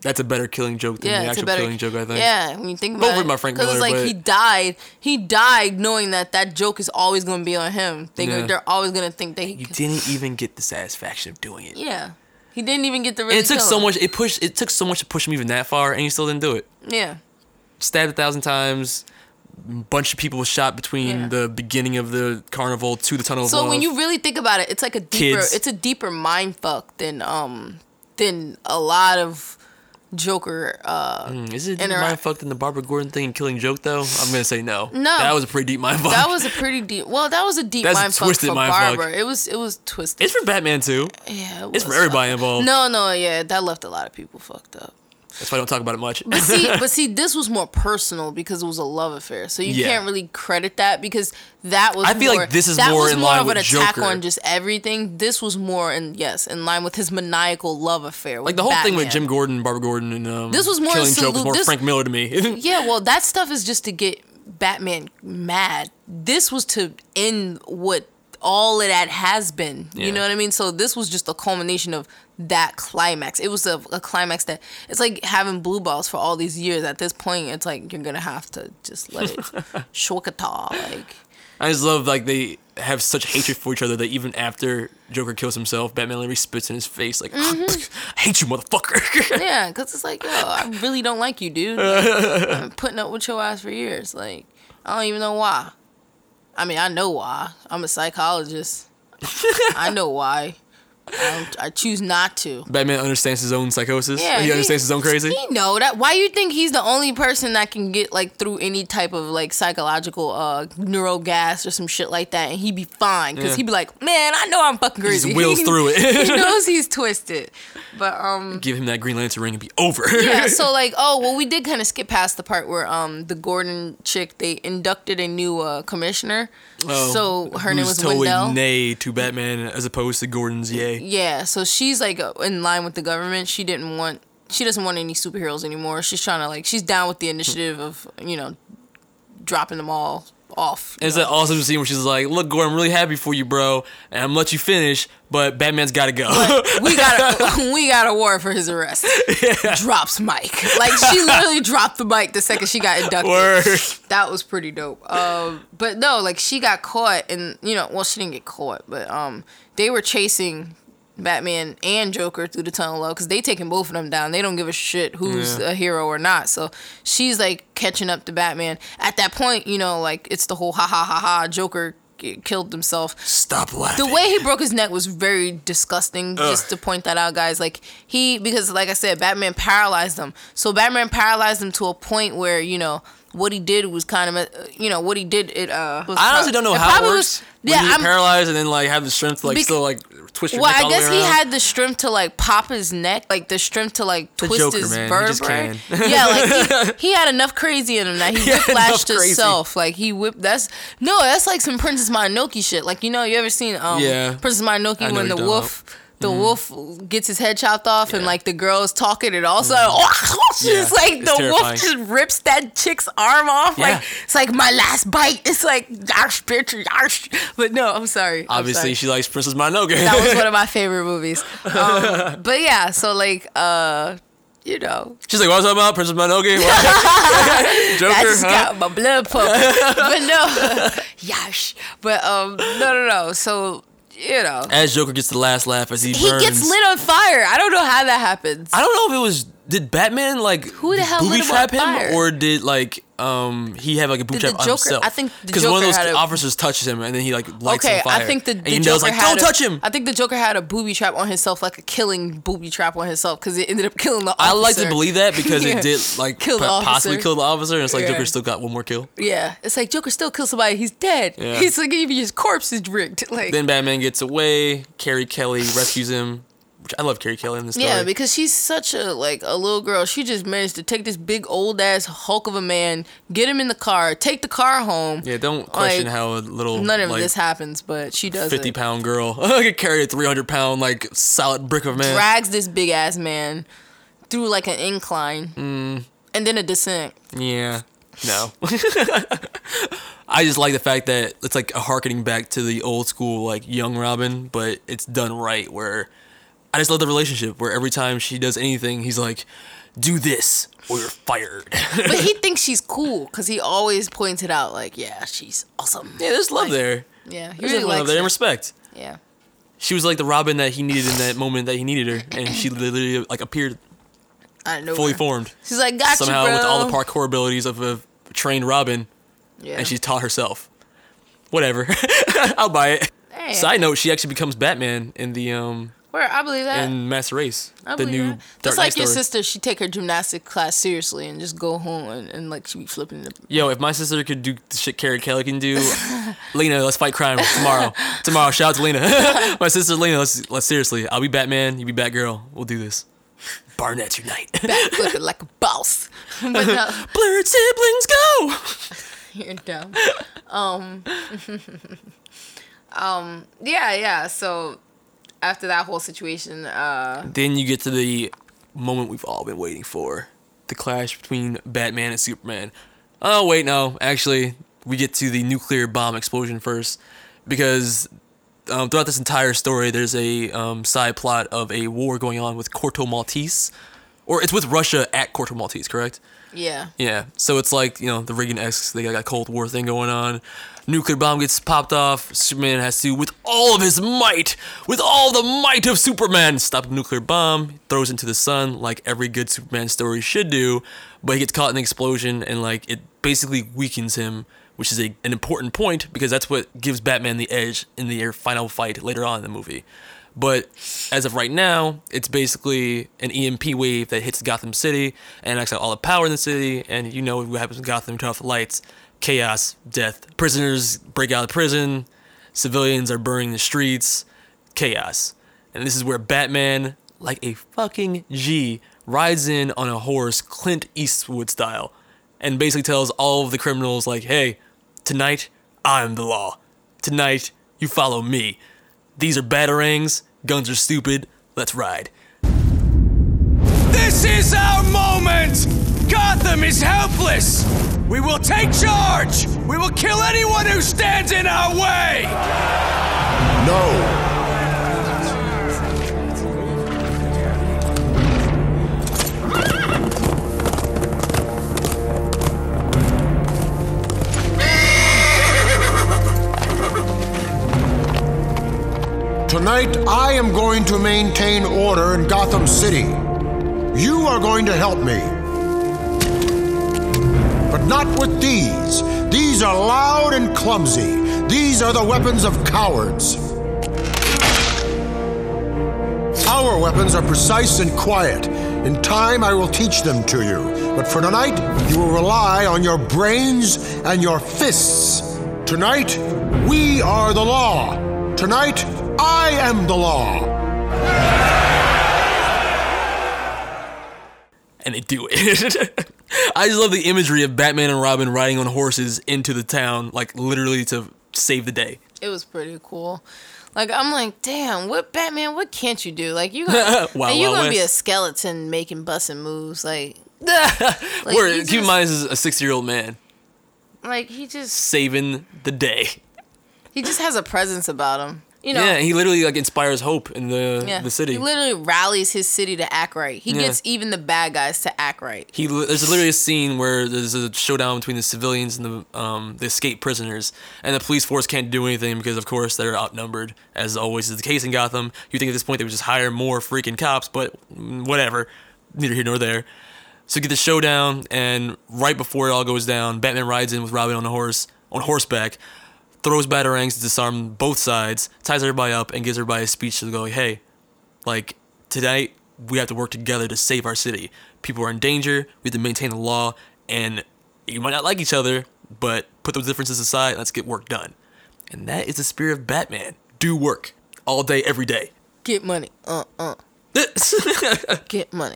[SPEAKER 3] That's a better killing joke than
[SPEAKER 4] Yeah,
[SPEAKER 3] the
[SPEAKER 4] it's a
[SPEAKER 3] actual
[SPEAKER 4] better
[SPEAKER 3] killing joke, I think.
[SPEAKER 4] Yeah, when you think
[SPEAKER 3] Don't
[SPEAKER 4] about
[SPEAKER 3] read
[SPEAKER 4] it,
[SPEAKER 3] my Frank
[SPEAKER 4] because it's
[SPEAKER 3] Miller,
[SPEAKER 4] like
[SPEAKER 3] but-
[SPEAKER 4] he died. He died knowing that that joke is always going to be on him. They
[SPEAKER 3] Yeah.
[SPEAKER 4] they're always going to think that he.
[SPEAKER 3] You
[SPEAKER 4] killed-
[SPEAKER 3] didn't even get the satisfaction of doing it.
[SPEAKER 4] Yeah, he didn't even get the. Really
[SPEAKER 3] And it took
[SPEAKER 4] kill
[SPEAKER 3] so
[SPEAKER 4] him.
[SPEAKER 3] much it pushed it took so much to push him even that far and he still didn't do it.
[SPEAKER 4] Yeah,
[SPEAKER 3] Stabbed a thousand times, bunch of people shot between
[SPEAKER 4] Yeah.
[SPEAKER 3] the beginning of the carnival to the tunnel of
[SPEAKER 4] So when
[SPEAKER 3] Love.
[SPEAKER 4] you really think about it, it's like a deeper
[SPEAKER 3] Kids.
[SPEAKER 4] it's a deeper mind fuck than um than a lot of Joker uh
[SPEAKER 3] Mm, Is it
[SPEAKER 4] interact-
[SPEAKER 3] mind fucked in the Barbara Gordon thing and killing joke though? I'm gonna say no.
[SPEAKER 4] No.
[SPEAKER 3] That was a pretty deep mind fuck.
[SPEAKER 4] that was a pretty deep well that was a deep
[SPEAKER 3] That's a
[SPEAKER 4] mind fuck
[SPEAKER 3] twisted
[SPEAKER 4] for
[SPEAKER 3] mind fuck.
[SPEAKER 4] Barbara. It was it was twisted.
[SPEAKER 3] it's for Batman too.
[SPEAKER 4] yeah, it
[SPEAKER 3] it's for
[SPEAKER 4] was
[SPEAKER 3] everybody
[SPEAKER 4] fucked.
[SPEAKER 3] involved.
[SPEAKER 4] No, no, yeah, that left a lot of people fucked up.
[SPEAKER 3] That's why I don't talk about it much.
[SPEAKER 4] But see, but see, this was more personal because it was a love affair. So you
[SPEAKER 3] Yeah.
[SPEAKER 4] can't really credit that because that was.
[SPEAKER 3] I feel like
[SPEAKER 4] more-
[SPEAKER 3] this is
[SPEAKER 4] that
[SPEAKER 3] more
[SPEAKER 4] was
[SPEAKER 3] in
[SPEAKER 4] more
[SPEAKER 3] line
[SPEAKER 4] of an
[SPEAKER 3] with
[SPEAKER 4] attack
[SPEAKER 3] Joker.
[SPEAKER 4] on just everything. This was more in yes, in line with his maniacal love affair.
[SPEAKER 3] Like the whole thing with Jim Gordon, Barbara Gordon, and um,
[SPEAKER 4] This was more
[SPEAKER 3] Killing
[SPEAKER 4] salute-
[SPEAKER 3] Joke was more
[SPEAKER 4] this-
[SPEAKER 3] Frank Miller to me.
[SPEAKER 4] Yeah, well, that stuff is just to get Batman mad. This was to end what all of that has been.
[SPEAKER 3] Yeah.
[SPEAKER 4] You know what I mean? So this was just the culmination of that climax. It was a, a climax that it's like having blue balls for all these years. At this point, it's like you're gonna have to just let it shwakata. Like,
[SPEAKER 3] I just love like they have such hatred for each other that even after Joker kills himself, Batman literally spits in his face like,
[SPEAKER 4] Mm-hmm.
[SPEAKER 3] "I hate you, motherfucker."
[SPEAKER 4] yeah, because it's like, yo, I really don't like you, dude. Like, I've been putting up with your ass for years. Like, I don't even know why. I mean, I know why. I'm a psychologist. I know why. I, don't, I choose not to.
[SPEAKER 3] Batman understands his own psychosis. he, understands his own crazy.
[SPEAKER 4] He know that. Why you think he's the only person that can get like through any type of like psychological uh neuro gas or some shit like that, and he be fine because
[SPEAKER 3] Yeah.
[SPEAKER 4] he be like, man, I know I'm fucking
[SPEAKER 3] just
[SPEAKER 4] crazy.
[SPEAKER 3] wheels through it.
[SPEAKER 4] he knows he's twisted, but um.
[SPEAKER 3] Give him that Green Lantern ring and be over.
[SPEAKER 4] yeah, so like, oh well, we did kind of skip past the part where um the Gordon chick they inducted a new uh, commissioner. so her name
[SPEAKER 3] Oh. Who's
[SPEAKER 4] was
[SPEAKER 3] totally
[SPEAKER 4] Wendell.
[SPEAKER 3] nay to Batman as opposed to Gordon's yay.
[SPEAKER 4] yeah, so she's like uh, in line with the government. She didn't want. She doesn't want any superheroes anymore. She's trying to like. She's down with the initiative of you know, dropping them all off. you
[SPEAKER 3] And it's
[SPEAKER 4] know?
[SPEAKER 3] that awesome scene where she's like, "Look, Gordon, I'm really happy for you, bro, and I'm gonna let you finish, but Batman's gotta go."
[SPEAKER 4] we got a, we got a warrant for his arrest. Drops Mike. Like she literally dropped the mic the second she got inducted.
[SPEAKER 3] Word.
[SPEAKER 4] That was pretty dope. Um, but no, like she got caught, and you know, well, she didn't get caught, but um, they were chasing Batman and Joker through the tunnel low because they taking both of them down. They don't give a shit who's
[SPEAKER 3] Yeah.
[SPEAKER 4] a hero or not. So she's like catching up to Batman. At that point, you know, like it's the whole ha ha ha ha Joker k- killed himself
[SPEAKER 3] Stop laughing.
[SPEAKER 4] the way he broke his neck was very disgusting. Just to point that out, guys. Like he, because like I said, Batman paralyzed him. So Batman paralyzed him to a point where you know what he did was kind of, uh, you know, what he did. It. uh was
[SPEAKER 3] I honestly don't know how it
[SPEAKER 4] probably
[SPEAKER 3] works.
[SPEAKER 4] Was, yeah,
[SPEAKER 3] when you get
[SPEAKER 4] I'm.
[SPEAKER 3] paralyzed and then like have the strength to like
[SPEAKER 4] Bec-
[SPEAKER 3] still like twist your
[SPEAKER 4] Well,
[SPEAKER 3] neck
[SPEAKER 4] I
[SPEAKER 3] all the way
[SPEAKER 4] guess he
[SPEAKER 3] around.
[SPEAKER 4] had the strength to like pop his neck, like the strength to like
[SPEAKER 3] The
[SPEAKER 4] twist
[SPEAKER 3] Joker,
[SPEAKER 4] his
[SPEAKER 3] man. He just
[SPEAKER 4] vertebrae. Yeah, like he, he had enough crazy in him that he,
[SPEAKER 3] He had
[SPEAKER 4] whiplashed
[SPEAKER 3] enough crazy.
[SPEAKER 4] himself. Like he whipped. That's no, that's like some Princess Mononoke shit. Like you know, you ever seen um
[SPEAKER 3] Yeah.
[SPEAKER 4] Princess Mononoke
[SPEAKER 3] I know Mm-hmm.
[SPEAKER 4] when
[SPEAKER 3] you're
[SPEAKER 4] the
[SPEAKER 3] talking
[SPEAKER 4] wolf the wolf gets his head chopped off and like the girl's talking and also oh, it's just
[SPEAKER 3] Mm-hmm. Yeah,
[SPEAKER 4] like
[SPEAKER 3] it's
[SPEAKER 4] the
[SPEAKER 3] terrifying.
[SPEAKER 4] wolf just rips that chick's arm off.
[SPEAKER 3] Yeah.
[SPEAKER 4] Like it's like my last bite. It's like arsh, bitch, arsh. But no, I'm sorry. I'm
[SPEAKER 3] Obviously,
[SPEAKER 4] sorry.
[SPEAKER 3] she likes Princess Mononoke.
[SPEAKER 4] that was one of my favorite movies. Um, but yeah, so like uh, you know,
[SPEAKER 3] She's like, "What's up, about Princess Mononoke?" Joker,
[SPEAKER 4] I just
[SPEAKER 3] huh?
[SPEAKER 4] got my blood pumping. but no, yash. But um, no, no, no. So you know,
[SPEAKER 3] As Joker gets the last laugh, as he,
[SPEAKER 4] he
[SPEAKER 3] burns.
[SPEAKER 4] gets lit on fire. I don't know how that happens.
[SPEAKER 3] I don't know if it was did Batman like who
[SPEAKER 4] the hell
[SPEAKER 3] booby
[SPEAKER 4] lit him on
[SPEAKER 3] trap him
[SPEAKER 4] fire?
[SPEAKER 3] or did like um he have like a booby
[SPEAKER 4] Did the
[SPEAKER 3] trap on
[SPEAKER 4] Joker-
[SPEAKER 3] himself?
[SPEAKER 4] I think the
[SPEAKER 3] because one of
[SPEAKER 4] Joker
[SPEAKER 3] those
[SPEAKER 4] had a-
[SPEAKER 3] officers touches him and then he like lights him
[SPEAKER 4] okay,
[SPEAKER 3] on fire.
[SPEAKER 4] I think the,
[SPEAKER 3] and
[SPEAKER 4] the
[SPEAKER 3] he
[SPEAKER 4] Joker
[SPEAKER 3] knows like
[SPEAKER 4] had
[SPEAKER 3] don't
[SPEAKER 4] a-
[SPEAKER 3] touch him.
[SPEAKER 4] I think the Joker had a booby trap on himself, like a killing booby trap on himself, because it ended up killing the.
[SPEAKER 3] I like to
[SPEAKER 4] officer.
[SPEAKER 3] believe that because
[SPEAKER 4] Yeah.
[SPEAKER 3] it did like
[SPEAKER 4] Kill the
[SPEAKER 3] po- possibly
[SPEAKER 4] officer.
[SPEAKER 3] kill the officer, and it's like
[SPEAKER 4] Yeah.
[SPEAKER 3] Joker still got one more kill.
[SPEAKER 4] Yeah, it's like Joker still killed somebody. He's dead.
[SPEAKER 3] Yeah.
[SPEAKER 4] He's like even his corpse is rigged. Like
[SPEAKER 3] Then Batman gets away. Carrie Kelly rescues him, which I love Carrie Kelly in this story.
[SPEAKER 4] Yeah, because she's such a like a little girl. She just managed to take this big old ass hulk of a man, get him in the car, take the car home.
[SPEAKER 3] yeah, don't question
[SPEAKER 4] Like,
[SPEAKER 3] how a little
[SPEAKER 4] None of
[SPEAKER 3] like,
[SPEAKER 4] this happens, but she does.
[SPEAKER 3] fifty
[SPEAKER 4] Fifty
[SPEAKER 3] pound
[SPEAKER 4] pounds.
[SPEAKER 3] girl could carry a three hundred pound like solid brick of man.
[SPEAKER 4] Drags this big ass man through like an incline,
[SPEAKER 3] Mm.
[SPEAKER 4] and then a descent.
[SPEAKER 3] Yeah. No. I just like the fact that it's like a harkening back to the old school like young Robin, but it's done right where I just love the relationship where every time she does anything, he's like, Do this or you're fired.
[SPEAKER 4] But he thinks she's cool because he always points it out. Like, yeah, she's awesome.
[SPEAKER 3] yeah, there's love there.
[SPEAKER 4] Yeah,
[SPEAKER 3] There's
[SPEAKER 4] he really
[SPEAKER 3] definitely love
[SPEAKER 4] likes
[SPEAKER 3] there and
[SPEAKER 4] her.
[SPEAKER 3] respect.
[SPEAKER 4] Yeah.
[SPEAKER 3] She was like the Robin that he needed in that moment that he needed her and she literally like appeared
[SPEAKER 4] I know.
[SPEAKER 3] fully
[SPEAKER 4] her.
[SPEAKER 3] formed.
[SPEAKER 4] She's like, got
[SPEAKER 3] somehow
[SPEAKER 4] you, bro.
[SPEAKER 3] with all the parkour abilities of a trained Robin
[SPEAKER 4] yeah.
[SPEAKER 3] and she's taught herself. Whatever. I'll buy it.
[SPEAKER 4] Hey,
[SPEAKER 3] Side note, she actually becomes Batman in the um
[SPEAKER 4] where I believe that.
[SPEAKER 3] in Master Race,
[SPEAKER 4] Uh, I
[SPEAKER 3] the
[SPEAKER 4] believe
[SPEAKER 3] new
[SPEAKER 4] that.
[SPEAKER 3] Dark
[SPEAKER 4] That's
[SPEAKER 3] Knight
[SPEAKER 4] like your
[SPEAKER 3] story.
[SPEAKER 4] sister. She take her gymnastic class seriously and just go home and, and like she be flipping. The,
[SPEAKER 3] Yo, if my sister could do the shit Carrie Kelly can do, Lena, let's fight crime tomorrow. tomorrow, shout out to Lena. my sister Lena, let's let's seriously. I'll be Batman, you be Batgirl. We'll do this. Barnett unite.
[SPEAKER 4] back flipping like a boss. but no,
[SPEAKER 3] Blurred siblings go.
[SPEAKER 4] you're dumb. Um, um, yeah, yeah. So after that whole situation, uh,
[SPEAKER 3] Then you get to the moment we've all been waiting for. The clash between Batman and Superman. Oh wait, no. Actually, we get to the nuclear bomb explosion first because um, throughout this entire story, there's a um, side plot of a war going on with Corto Maltese, or it's with Russia at Corto Maltese, correct?
[SPEAKER 4] yeah,
[SPEAKER 3] Yeah. So it's like you know the Reagan X, they got a Cold War thing going on. Nuclear bomb gets popped off. Superman has to, with all of his might, with all the might of Superman, stop the nuclear bomb. Throws into the sun like every good Superman story should do, but he gets caught in the explosion and like it basically weakens him, which is a, an important point because that's what gives Batman the edge in the final fight later on in the movie. But as of right now, it's basically an EMP wave that hits Gotham City and knocks out all the power in the city. And you know what happens in Gotham, turn off the lights, chaos, death. Prisoners break out of prison, civilians are burning the streets, chaos. And this is where Batman, like a fucking G, rides in on a horse, Clint Eastwood style, and basically tells all of the criminals, like, hey, tonight, I'm the law. Tonight, you follow me. These are batarangs. Guns are stupid. Let's ride.
[SPEAKER 10] This is our moment! Gotham is helpless! We will take charge! We will kill anyone who stands in our way!
[SPEAKER 5] No. Tonight, I am going to maintain order in Gotham City. You are going to help me. But not with these. These are loud and clumsy. These are the weapons of cowards. Our weapons are precise and quiet. In time, I will teach them to you. But for tonight, you will rely on your brains and your fists. Tonight, we are the law. Tonight, I am the law.
[SPEAKER 3] And they do it. I just love the imagery of Batman and Robin riding on horses into the town, like literally to save the day.
[SPEAKER 4] it was pretty cool. Like I'm like, damn, what Batman? What can't you do? Like you, gonna,
[SPEAKER 3] Wild,
[SPEAKER 4] and you
[SPEAKER 3] Wild
[SPEAKER 4] gonna be a
[SPEAKER 3] West.
[SPEAKER 4] skeleton making busting moves. Like, like,
[SPEAKER 3] Where
[SPEAKER 4] he
[SPEAKER 3] keep in
[SPEAKER 4] just-
[SPEAKER 3] mind, this is a sixty-year-old man
[SPEAKER 4] like he just
[SPEAKER 3] saving the day.
[SPEAKER 4] he just has a presence about him. You know,
[SPEAKER 3] yeah, he literally like inspires hope in the
[SPEAKER 4] Yeah.
[SPEAKER 3] the city.
[SPEAKER 4] He literally rallies his city to act right. He
[SPEAKER 3] Yeah.
[SPEAKER 4] gets even the bad guys to act right.
[SPEAKER 3] he li- there's literally a scene where there's a showdown between the civilians and the um, the escaped prisoners, and the police force can't do anything because of course they're outnumbered, as always is the case in Gotham. You think at this point they would just hire more freaking cops, but mm, whatever, neither here nor there. So you get the showdown, and right before it all goes down, Batman rides in with Robin on a horse on horseback, throws batarangs to disarm both sides, ties everybody up, and gives everybody a speech to go like, "Hey, like tonight we have to work together to save our city. People are in danger. We have to maintain the law, and you might not like each other, but put those differences aside. Let's get work done." And that is the spirit of Batman. Do work all day, every day.
[SPEAKER 4] Get money. Uh uh. Get money.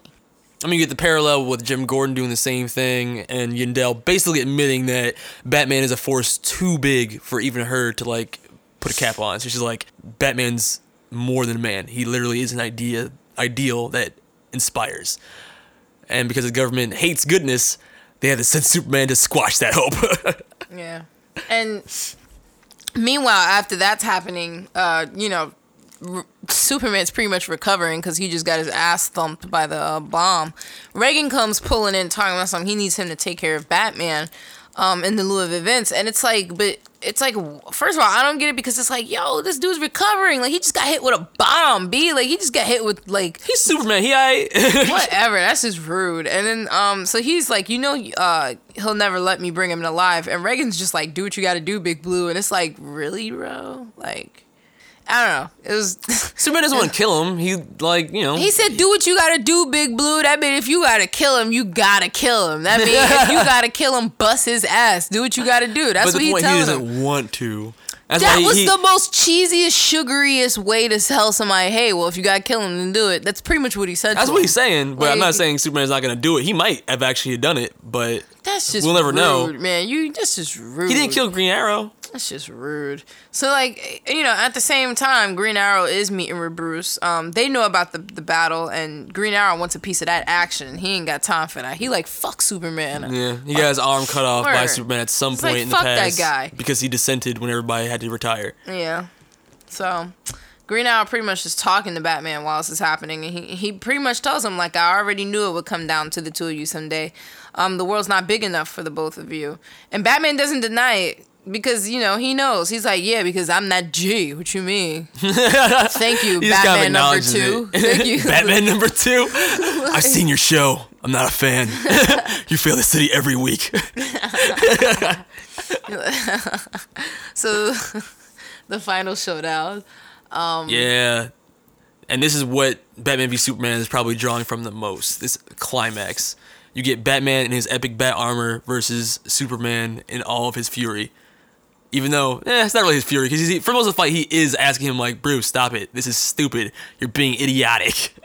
[SPEAKER 3] I mean, you get the parallel with Jim Gordon doing the same thing, and Yandel basically admitting that Batman is a force too big for even her to like put a cap on. So she's like, Batman's more than a man. He literally is an idea, ideal that inspires. And because the government hates goodness, they had to send Superman to squash that hope.
[SPEAKER 4] Yeah. And meanwhile, after that's happening, uh, you know, R- Superman's pretty much recovering because he just got his ass thumped by the uh, bomb. Reagan comes pulling in, talking about something. He needs him to take care of Batman um, in the lieu of events. And it's like, but it's like, first of all, I don't get it because it's like, yo, this dude's recovering. Like, he just got hit with a bomb, B. Like, he just got hit with, like,
[SPEAKER 3] He's Superman. He I.
[SPEAKER 4] whatever that's just rude and then um so he's like you know uh he'll never let me bring him to life and reagan's just like do what you gotta do big blue and it's like really bro like i don't know it was
[SPEAKER 3] Superman doesn't want to kill him. He like you know.
[SPEAKER 4] he said do what you gotta do big blue that mean if you gotta kill him you gotta kill him that means if you gotta kill him bust his ass do what you gotta do that's
[SPEAKER 3] but
[SPEAKER 4] what
[SPEAKER 3] the
[SPEAKER 4] he
[SPEAKER 3] point he
[SPEAKER 4] telling
[SPEAKER 3] doesn't
[SPEAKER 4] him
[SPEAKER 3] want to. That's
[SPEAKER 4] that
[SPEAKER 3] why he-
[SPEAKER 4] was
[SPEAKER 3] he-
[SPEAKER 4] the most cheesiest, sugariest way to tell somebody, "Hey, well, if you gotta kill him, then do it." That's pretty much what he said.
[SPEAKER 3] That's
[SPEAKER 4] to
[SPEAKER 3] what
[SPEAKER 4] him.
[SPEAKER 3] he's saying, but I'm
[SPEAKER 4] Like-
[SPEAKER 3] not saying Superman's not gonna do it. He might have actually done it, but
[SPEAKER 4] That's just
[SPEAKER 3] We'll never
[SPEAKER 4] rude,
[SPEAKER 3] know.
[SPEAKER 4] man. You that's just rude.
[SPEAKER 3] he didn't kill Green Arrow.
[SPEAKER 4] That's just rude. So like you know, at the same time, Green Arrow is meeting with Bruce. Um, they know about the the battle, and Green Arrow wants a piece of that action. He ain't got time for that. He like fuck Superman.
[SPEAKER 3] Yeah, he got his arm cut off by
[SPEAKER 4] Word.
[SPEAKER 3] Superman at some
[SPEAKER 4] It's
[SPEAKER 3] point
[SPEAKER 4] like,
[SPEAKER 3] in the
[SPEAKER 4] fuck that
[SPEAKER 3] past
[SPEAKER 4] guy.
[SPEAKER 3] because he dissented when everybody had to retire.
[SPEAKER 4] Yeah. So Green Arrow pretty much is talking to Batman while this is happening, and he, he pretty much tells him like I already knew it would come down to the two of you someday. Um, the world's not big enough for the both of you, and Batman doesn't deny it because you know he knows. He's like, yeah, because I'm not G. What you mean? Thank you,
[SPEAKER 3] He just kind of
[SPEAKER 4] Batman number
[SPEAKER 3] acknowledges
[SPEAKER 4] two.
[SPEAKER 3] it.
[SPEAKER 4] Thank you,
[SPEAKER 3] Batman number two. I've seen your show. I'm not a fan. you fail the city every week.
[SPEAKER 4] So the final showdown.
[SPEAKER 3] yeah, and this is what Batman v Superman is probably drawing from the most. This climax. You get Batman in his epic bat armor versus Superman in all of his fury. even though eh, it's not really his fury because he, for most of the fight he is asking him like bruce stop it this is stupid you're being idiotic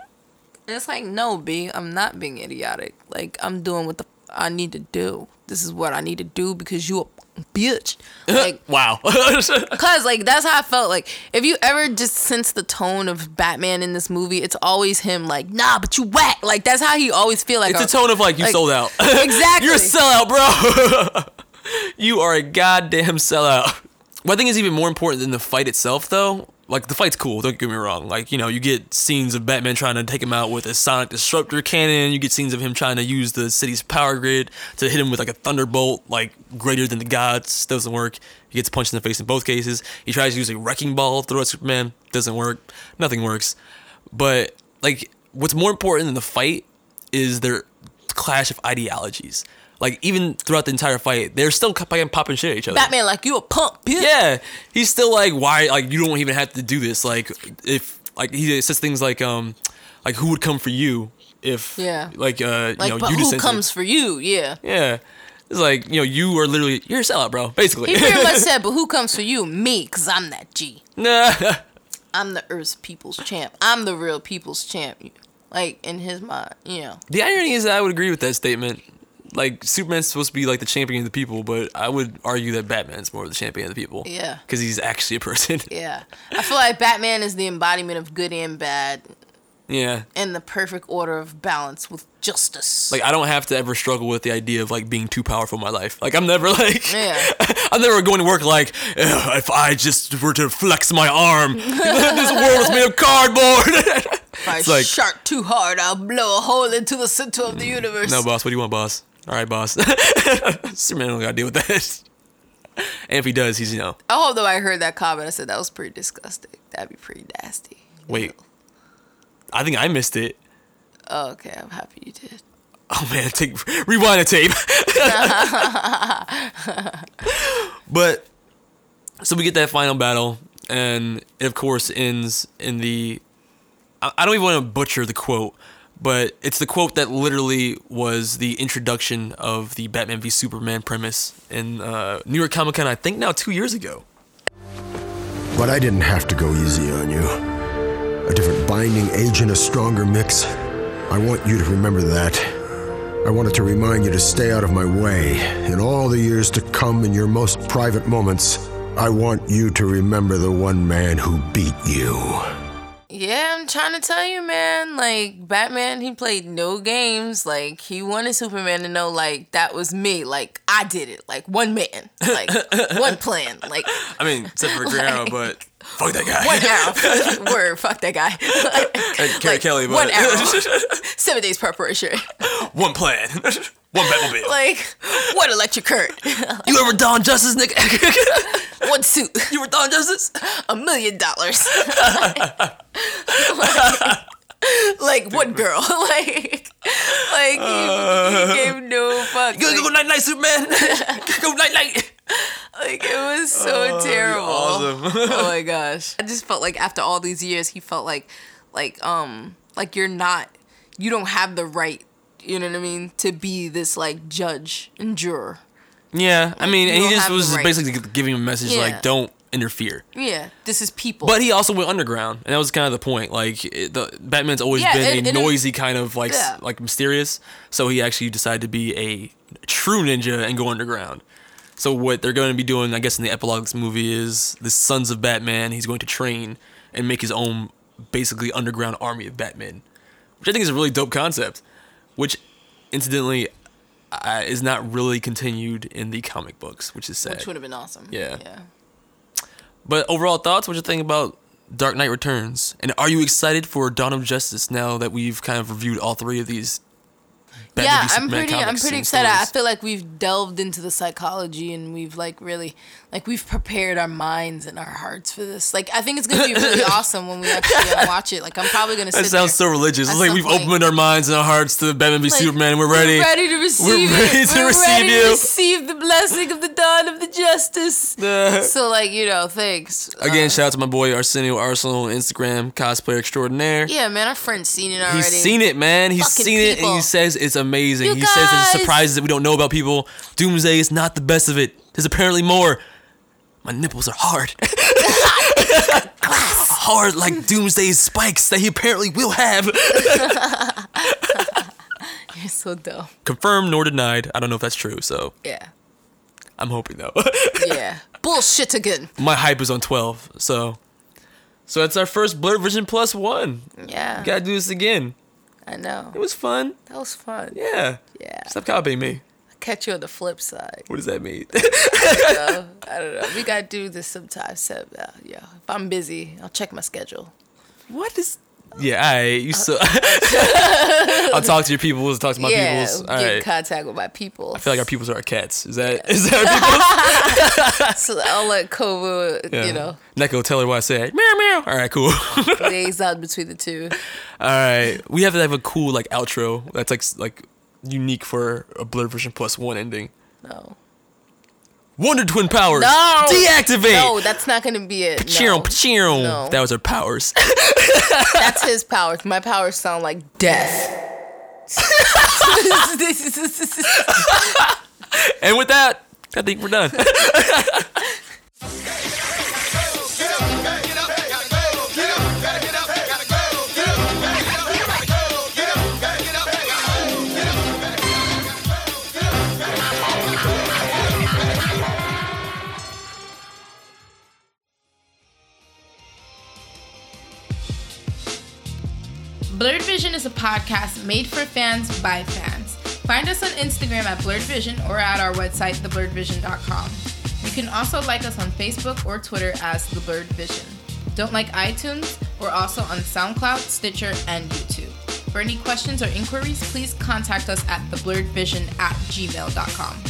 [SPEAKER 4] And it's like, no, B, I'm not being idiotic. Like, I'm doing what the f- I need to do. This is what I need to do because you a bitch. Like,
[SPEAKER 3] wow
[SPEAKER 4] Cause like that's how I felt. Like if you ever just sense the tone of Batman in this movie, it's always him like, nah, but you whack. Like that's how he always feel like
[SPEAKER 3] it's
[SPEAKER 4] a-
[SPEAKER 3] a tone of like you
[SPEAKER 4] like-
[SPEAKER 3] sold out
[SPEAKER 4] Exactly.
[SPEAKER 3] you're a sellout bro you are a goddamn sellout what i think is even more important than the fight itself though like the fight's cool don't get me wrong like you know you get scenes of batman trying to take him out with a sonic disruptor cannon you get scenes of him trying to use the city's power grid to hit him with like a thunderbolt like greater than the gods doesn't work he gets punched in the face in both cases he tries to use a wrecking ball to throw at superman doesn't work nothing works but like what's more important than the fight is their clash of ideologies like even throughout the entire fight they're still popping popping shit at each other
[SPEAKER 4] Batman like you a punk bitch.
[SPEAKER 3] yeah, he's still like, why? Like, you don't even have to do this. Like, if like he says things like, um, like who would come for you if
[SPEAKER 4] Yeah.
[SPEAKER 3] like uh,
[SPEAKER 4] Like,
[SPEAKER 3] you know,
[SPEAKER 4] but
[SPEAKER 3] you
[SPEAKER 4] who
[SPEAKER 3] dissented.
[SPEAKER 4] comes for you? Yeah.
[SPEAKER 3] Yeah, it's like you know, you are literally you're a sellout, bro. Basically,
[SPEAKER 4] He pretty much said, but who comes for you? Me, cause I'm that G.
[SPEAKER 3] nah.
[SPEAKER 4] I'm the Earth's people's champ. I'm the real people's champ. Like in his mind, you know.
[SPEAKER 3] The irony is, that I would agree with that statement. like Superman's supposed to be like the champion of the people, but I would argue that Batman's more of the champion of the people.
[SPEAKER 4] Yeah.
[SPEAKER 3] Because he's actually a person.
[SPEAKER 4] Yeah. I feel like Batman is the embodiment of good and bad
[SPEAKER 3] yeah.
[SPEAKER 4] in the perfect order of balance with justice.
[SPEAKER 3] Like I don't have to ever struggle with the idea of like being too powerful in my life. Like I'm never like
[SPEAKER 4] Yeah.
[SPEAKER 3] I'm never going to work like "Ugh, if I just were to flex my arm, this world was made of cardboard.
[SPEAKER 4] if I
[SPEAKER 3] it's like-
[SPEAKER 4] shark too hard, I'll blow a hole into the center of the universe.
[SPEAKER 3] no, boss. What do you want, boss? All right, boss. Superman don't got to deal with that. And if he does, he's you know
[SPEAKER 4] Although I heard that comment, I said that was pretty disgusting. That'd be pretty nasty.
[SPEAKER 3] wait. I think I missed it.
[SPEAKER 4] Oh, okay, I'm happy you did.
[SPEAKER 3] Oh man, take rewind the tape. but so we get that final battle, and it of course ends in the. I I don't even want to butcher the quote, but it's the quote that literally was the introduction of the Batman v Superman premise in uh, New York Comic Con. I think now two years ago.
[SPEAKER 7] But I didn't have to go easy on you. A different binding agent, a stronger mix. I want you to remember that. I wanted to remind you to stay out of my way. In all the years to come, in your most private moments, I want you to remember the one man who beat you.
[SPEAKER 4] Yeah, I'm trying to tell you, man. Like Batman, he played no games. Like he wanted Superman to know, like that was me. Like I did it. Like one man. Like one plan. Like
[SPEAKER 3] I mean, except for Green Arrow, but fuck that guy.
[SPEAKER 4] one arrow. Word. Fuck that guy.
[SPEAKER 3] And Carrie Kelly, but
[SPEAKER 4] one arrow. Seven days preparation.
[SPEAKER 3] one plan, one Batmobile.
[SPEAKER 4] like one electric current.
[SPEAKER 3] you ever don justice, nigga?
[SPEAKER 4] one suit.
[SPEAKER 3] you ever don justice?
[SPEAKER 4] A million dollars. Like- Like one girl, like, like he, he gave no fuck.
[SPEAKER 3] You
[SPEAKER 4] Like,
[SPEAKER 3] gonna go night night, Superman. go night night.
[SPEAKER 4] Like it was so terrible. oh my gosh. I just felt like after all these years he felt like like um like you're not you don't have the right, you know what I mean, to be this like judge and juror.
[SPEAKER 3] Yeah, I mean,
[SPEAKER 4] you
[SPEAKER 3] and he
[SPEAKER 4] don't
[SPEAKER 3] just
[SPEAKER 4] have
[SPEAKER 3] was
[SPEAKER 4] the right.
[SPEAKER 3] basically giving him a message
[SPEAKER 4] Yeah.
[SPEAKER 3] like, don't interfere.
[SPEAKER 4] Yeah. This is people.
[SPEAKER 3] But he also went underground, and that was kind of the point. Like it, the Batman's always
[SPEAKER 4] Yeah,
[SPEAKER 3] been
[SPEAKER 4] and-
[SPEAKER 3] a
[SPEAKER 4] and it-
[SPEAKER 3] noisy kind of like s-
[SPEAKER 4] Yeah.
[SPEAKER 3] like mysterious. So he actually decided to be a true ninja and go underground. So what they're going to be doing, I guess, in the epilogue of this movie is the Sons of Batman. He's going to train and make his own basically underground army of Batman, which I think is a really dope concept. Which, incidentally, uh, is not really continued in the comic books, which is sad.
[SPEAKER 4] which would have been awesome.
[SPEAKER 3] Yeah.
[SPEAKER 4] Yeah.
[SPEAKER 3] But overall thoughts, what you think about Dark Knight Returns? And are you excited for Dawn of Justice now that we've kind of reviewed all three of these? Batman
[SPEAKER 4] yeah,
[SPEAKER 3] v
[SPEAKER 4] I'm
[SPEAKER 3] Superman
[SPEAKER 4] pretty. I'm
[SPEAKER 3] comics
[SPEAKER 4] pretty
[SPEAKER 3] and
[SPEAKER 4] excited. I
[SPEAKER 3] stories?
[SPEAKER 4] feel like we've delved into the psychology and we've like really, like we've prepared our minds and our hearts for this. Like I think it's gonna be really awesome when we actually uh, watch it. Like I'm probably gonna. Sit
[SPEAKER 3] That sounds so
[SPEAKER 4] there.
[SPEAKER 3] religious.
[SPEAKER 4] at
[SPEAKER 3] It's like
[SPEAKER 4] some
[SPEAKER 3] we've
[SPEAKER 4] point.
[SPEAKER 3] opened our minds and our hearts to Batman v
[SPEAKER 4] Like,
[SPEAKER 3] Superman. and We're ready.
[SPEAKER 4] We're ready to receive.
[SPEAKER 3] We're ready
[SPEAKER 4] it.
[SPEAKER 3] to
[SPEAKER 4] We're
[SPEAKER 3] receive
[SPEAKER 4] ready
[SPEAKER 3] you.
[SPEAKER 4] To receive the blessing of the dawn of the justice. so like you know, thanks. Uh,
[SPEAKER 3] Again, shout out to my boy Arsenio Arsenal on Instagram, cosplayer extraordinaire.
[SPEAKER 4] yeah, man, our friend's seen it already.
[SPEAKER 3] He's seen it, man. He's
[SPEAKER 4] Fucking
[SPEAKER 3] seen it, and he
[SPEAKER 4] people.
[SPEAKER 3] says it's amazing.
[SPEAKER 4] You
[SPEAKER 3] he says there's
[SPEAKER 4] guys-
[SPEAKER 3] surprises that we don't know about people. Doomsday is not the best of it. There's apparently more. My nipples are hard. hard like Doomsday's spikes that he apparently will have.
[SPEAKER 4] You're so dumb.
[SPEAKER 3] Confirmed nor denied. I don't know if that's true, so
[SPEAKER 4] Yeah.
[SPEAKER 3] I'm hoping though.
[SPEAKER 4] Yeah. Bullshit again.
[SPEAKER 3] My hype is on 12, so. So that's our first Blur Vision Plus one.
[SPEAKER 4] Yeah.
[SPEAKER 3] Gotta do this again.
[SPEAKER 4] I know.
[SPEAKER 3] It was fun.
[SPEAKER 4] That was fun.
[SPEAKER 3] Yeah.
[SPEAKER 4] Yeah.
[SPEAKER 3] Stop copying me.
[SPEAKER 4] Catch you on the flip side.
[SPEAKER 3] What does that mean?
[SPEAKER 4] I don't know. We gotta do this sometime. So, uh, yeah, if I'm busy, I'll check my schedule.
[SPEAKER 3] What is? Yeah, all right.
[SPEAKER 4] Uh,
[SPEAKER 3] You so. I'll talk to your peoples. Talk to my
[SPEAKER 4] yeah,
[SPEAKER 3] peoples.
[SPEAKER 4] get
[SPEAKER 3] All
[SPEAKER 4] in
[SPEAKER 3] right.
[SPEAKER 4] contact with my people.
[SPEAKER 3] I feel like our peoples are our cats. Is that is that
[SPEAKER 4] so I'll let Kovu,
[SPEAKER 3] our people?
[SPEAKER 4] you know,
[SPEAKER 3] Neko, tell her what I said. Meow meow. All right, cool. all
[SPEAKER 4] liaison between the two.
[SPEAKER 3] right, we have to have a cool like outro that's like s- like unique for a Blur version plus one ending.
[SPEAKER 4] No,
[SPEAKER 3] Wonder Twin powers.
[SPEAKER 4] No!
[SPEAKER 3] Deactivate.
[SPEAKER 4] no, that's not gonna be it.
[SPEAKER 3] Cheerum,
[SPEAKER 4] No.
[SPEAKER 3] cheerum.
[SPEAKER 4] No.
[SPEAKER 3] That was our powers.
[SPEAKER 4] That's his powers. My powers sound like death.
[SPEAKER 3] and with that, I think we're done.
[SPEAKER 4] Blurred Vision is a podcast made for fans by fans. Find us on Instagram at Blurred Vision or at our website, theblurredvision.com. You can also like us on Facebook or Twitter as The Blurred Vision. Don't like iTunes? We're also on SoundCloud, Stitcher, and YouTube. For any questions or inquiries, please contact us at theblurredvision at gmail.com.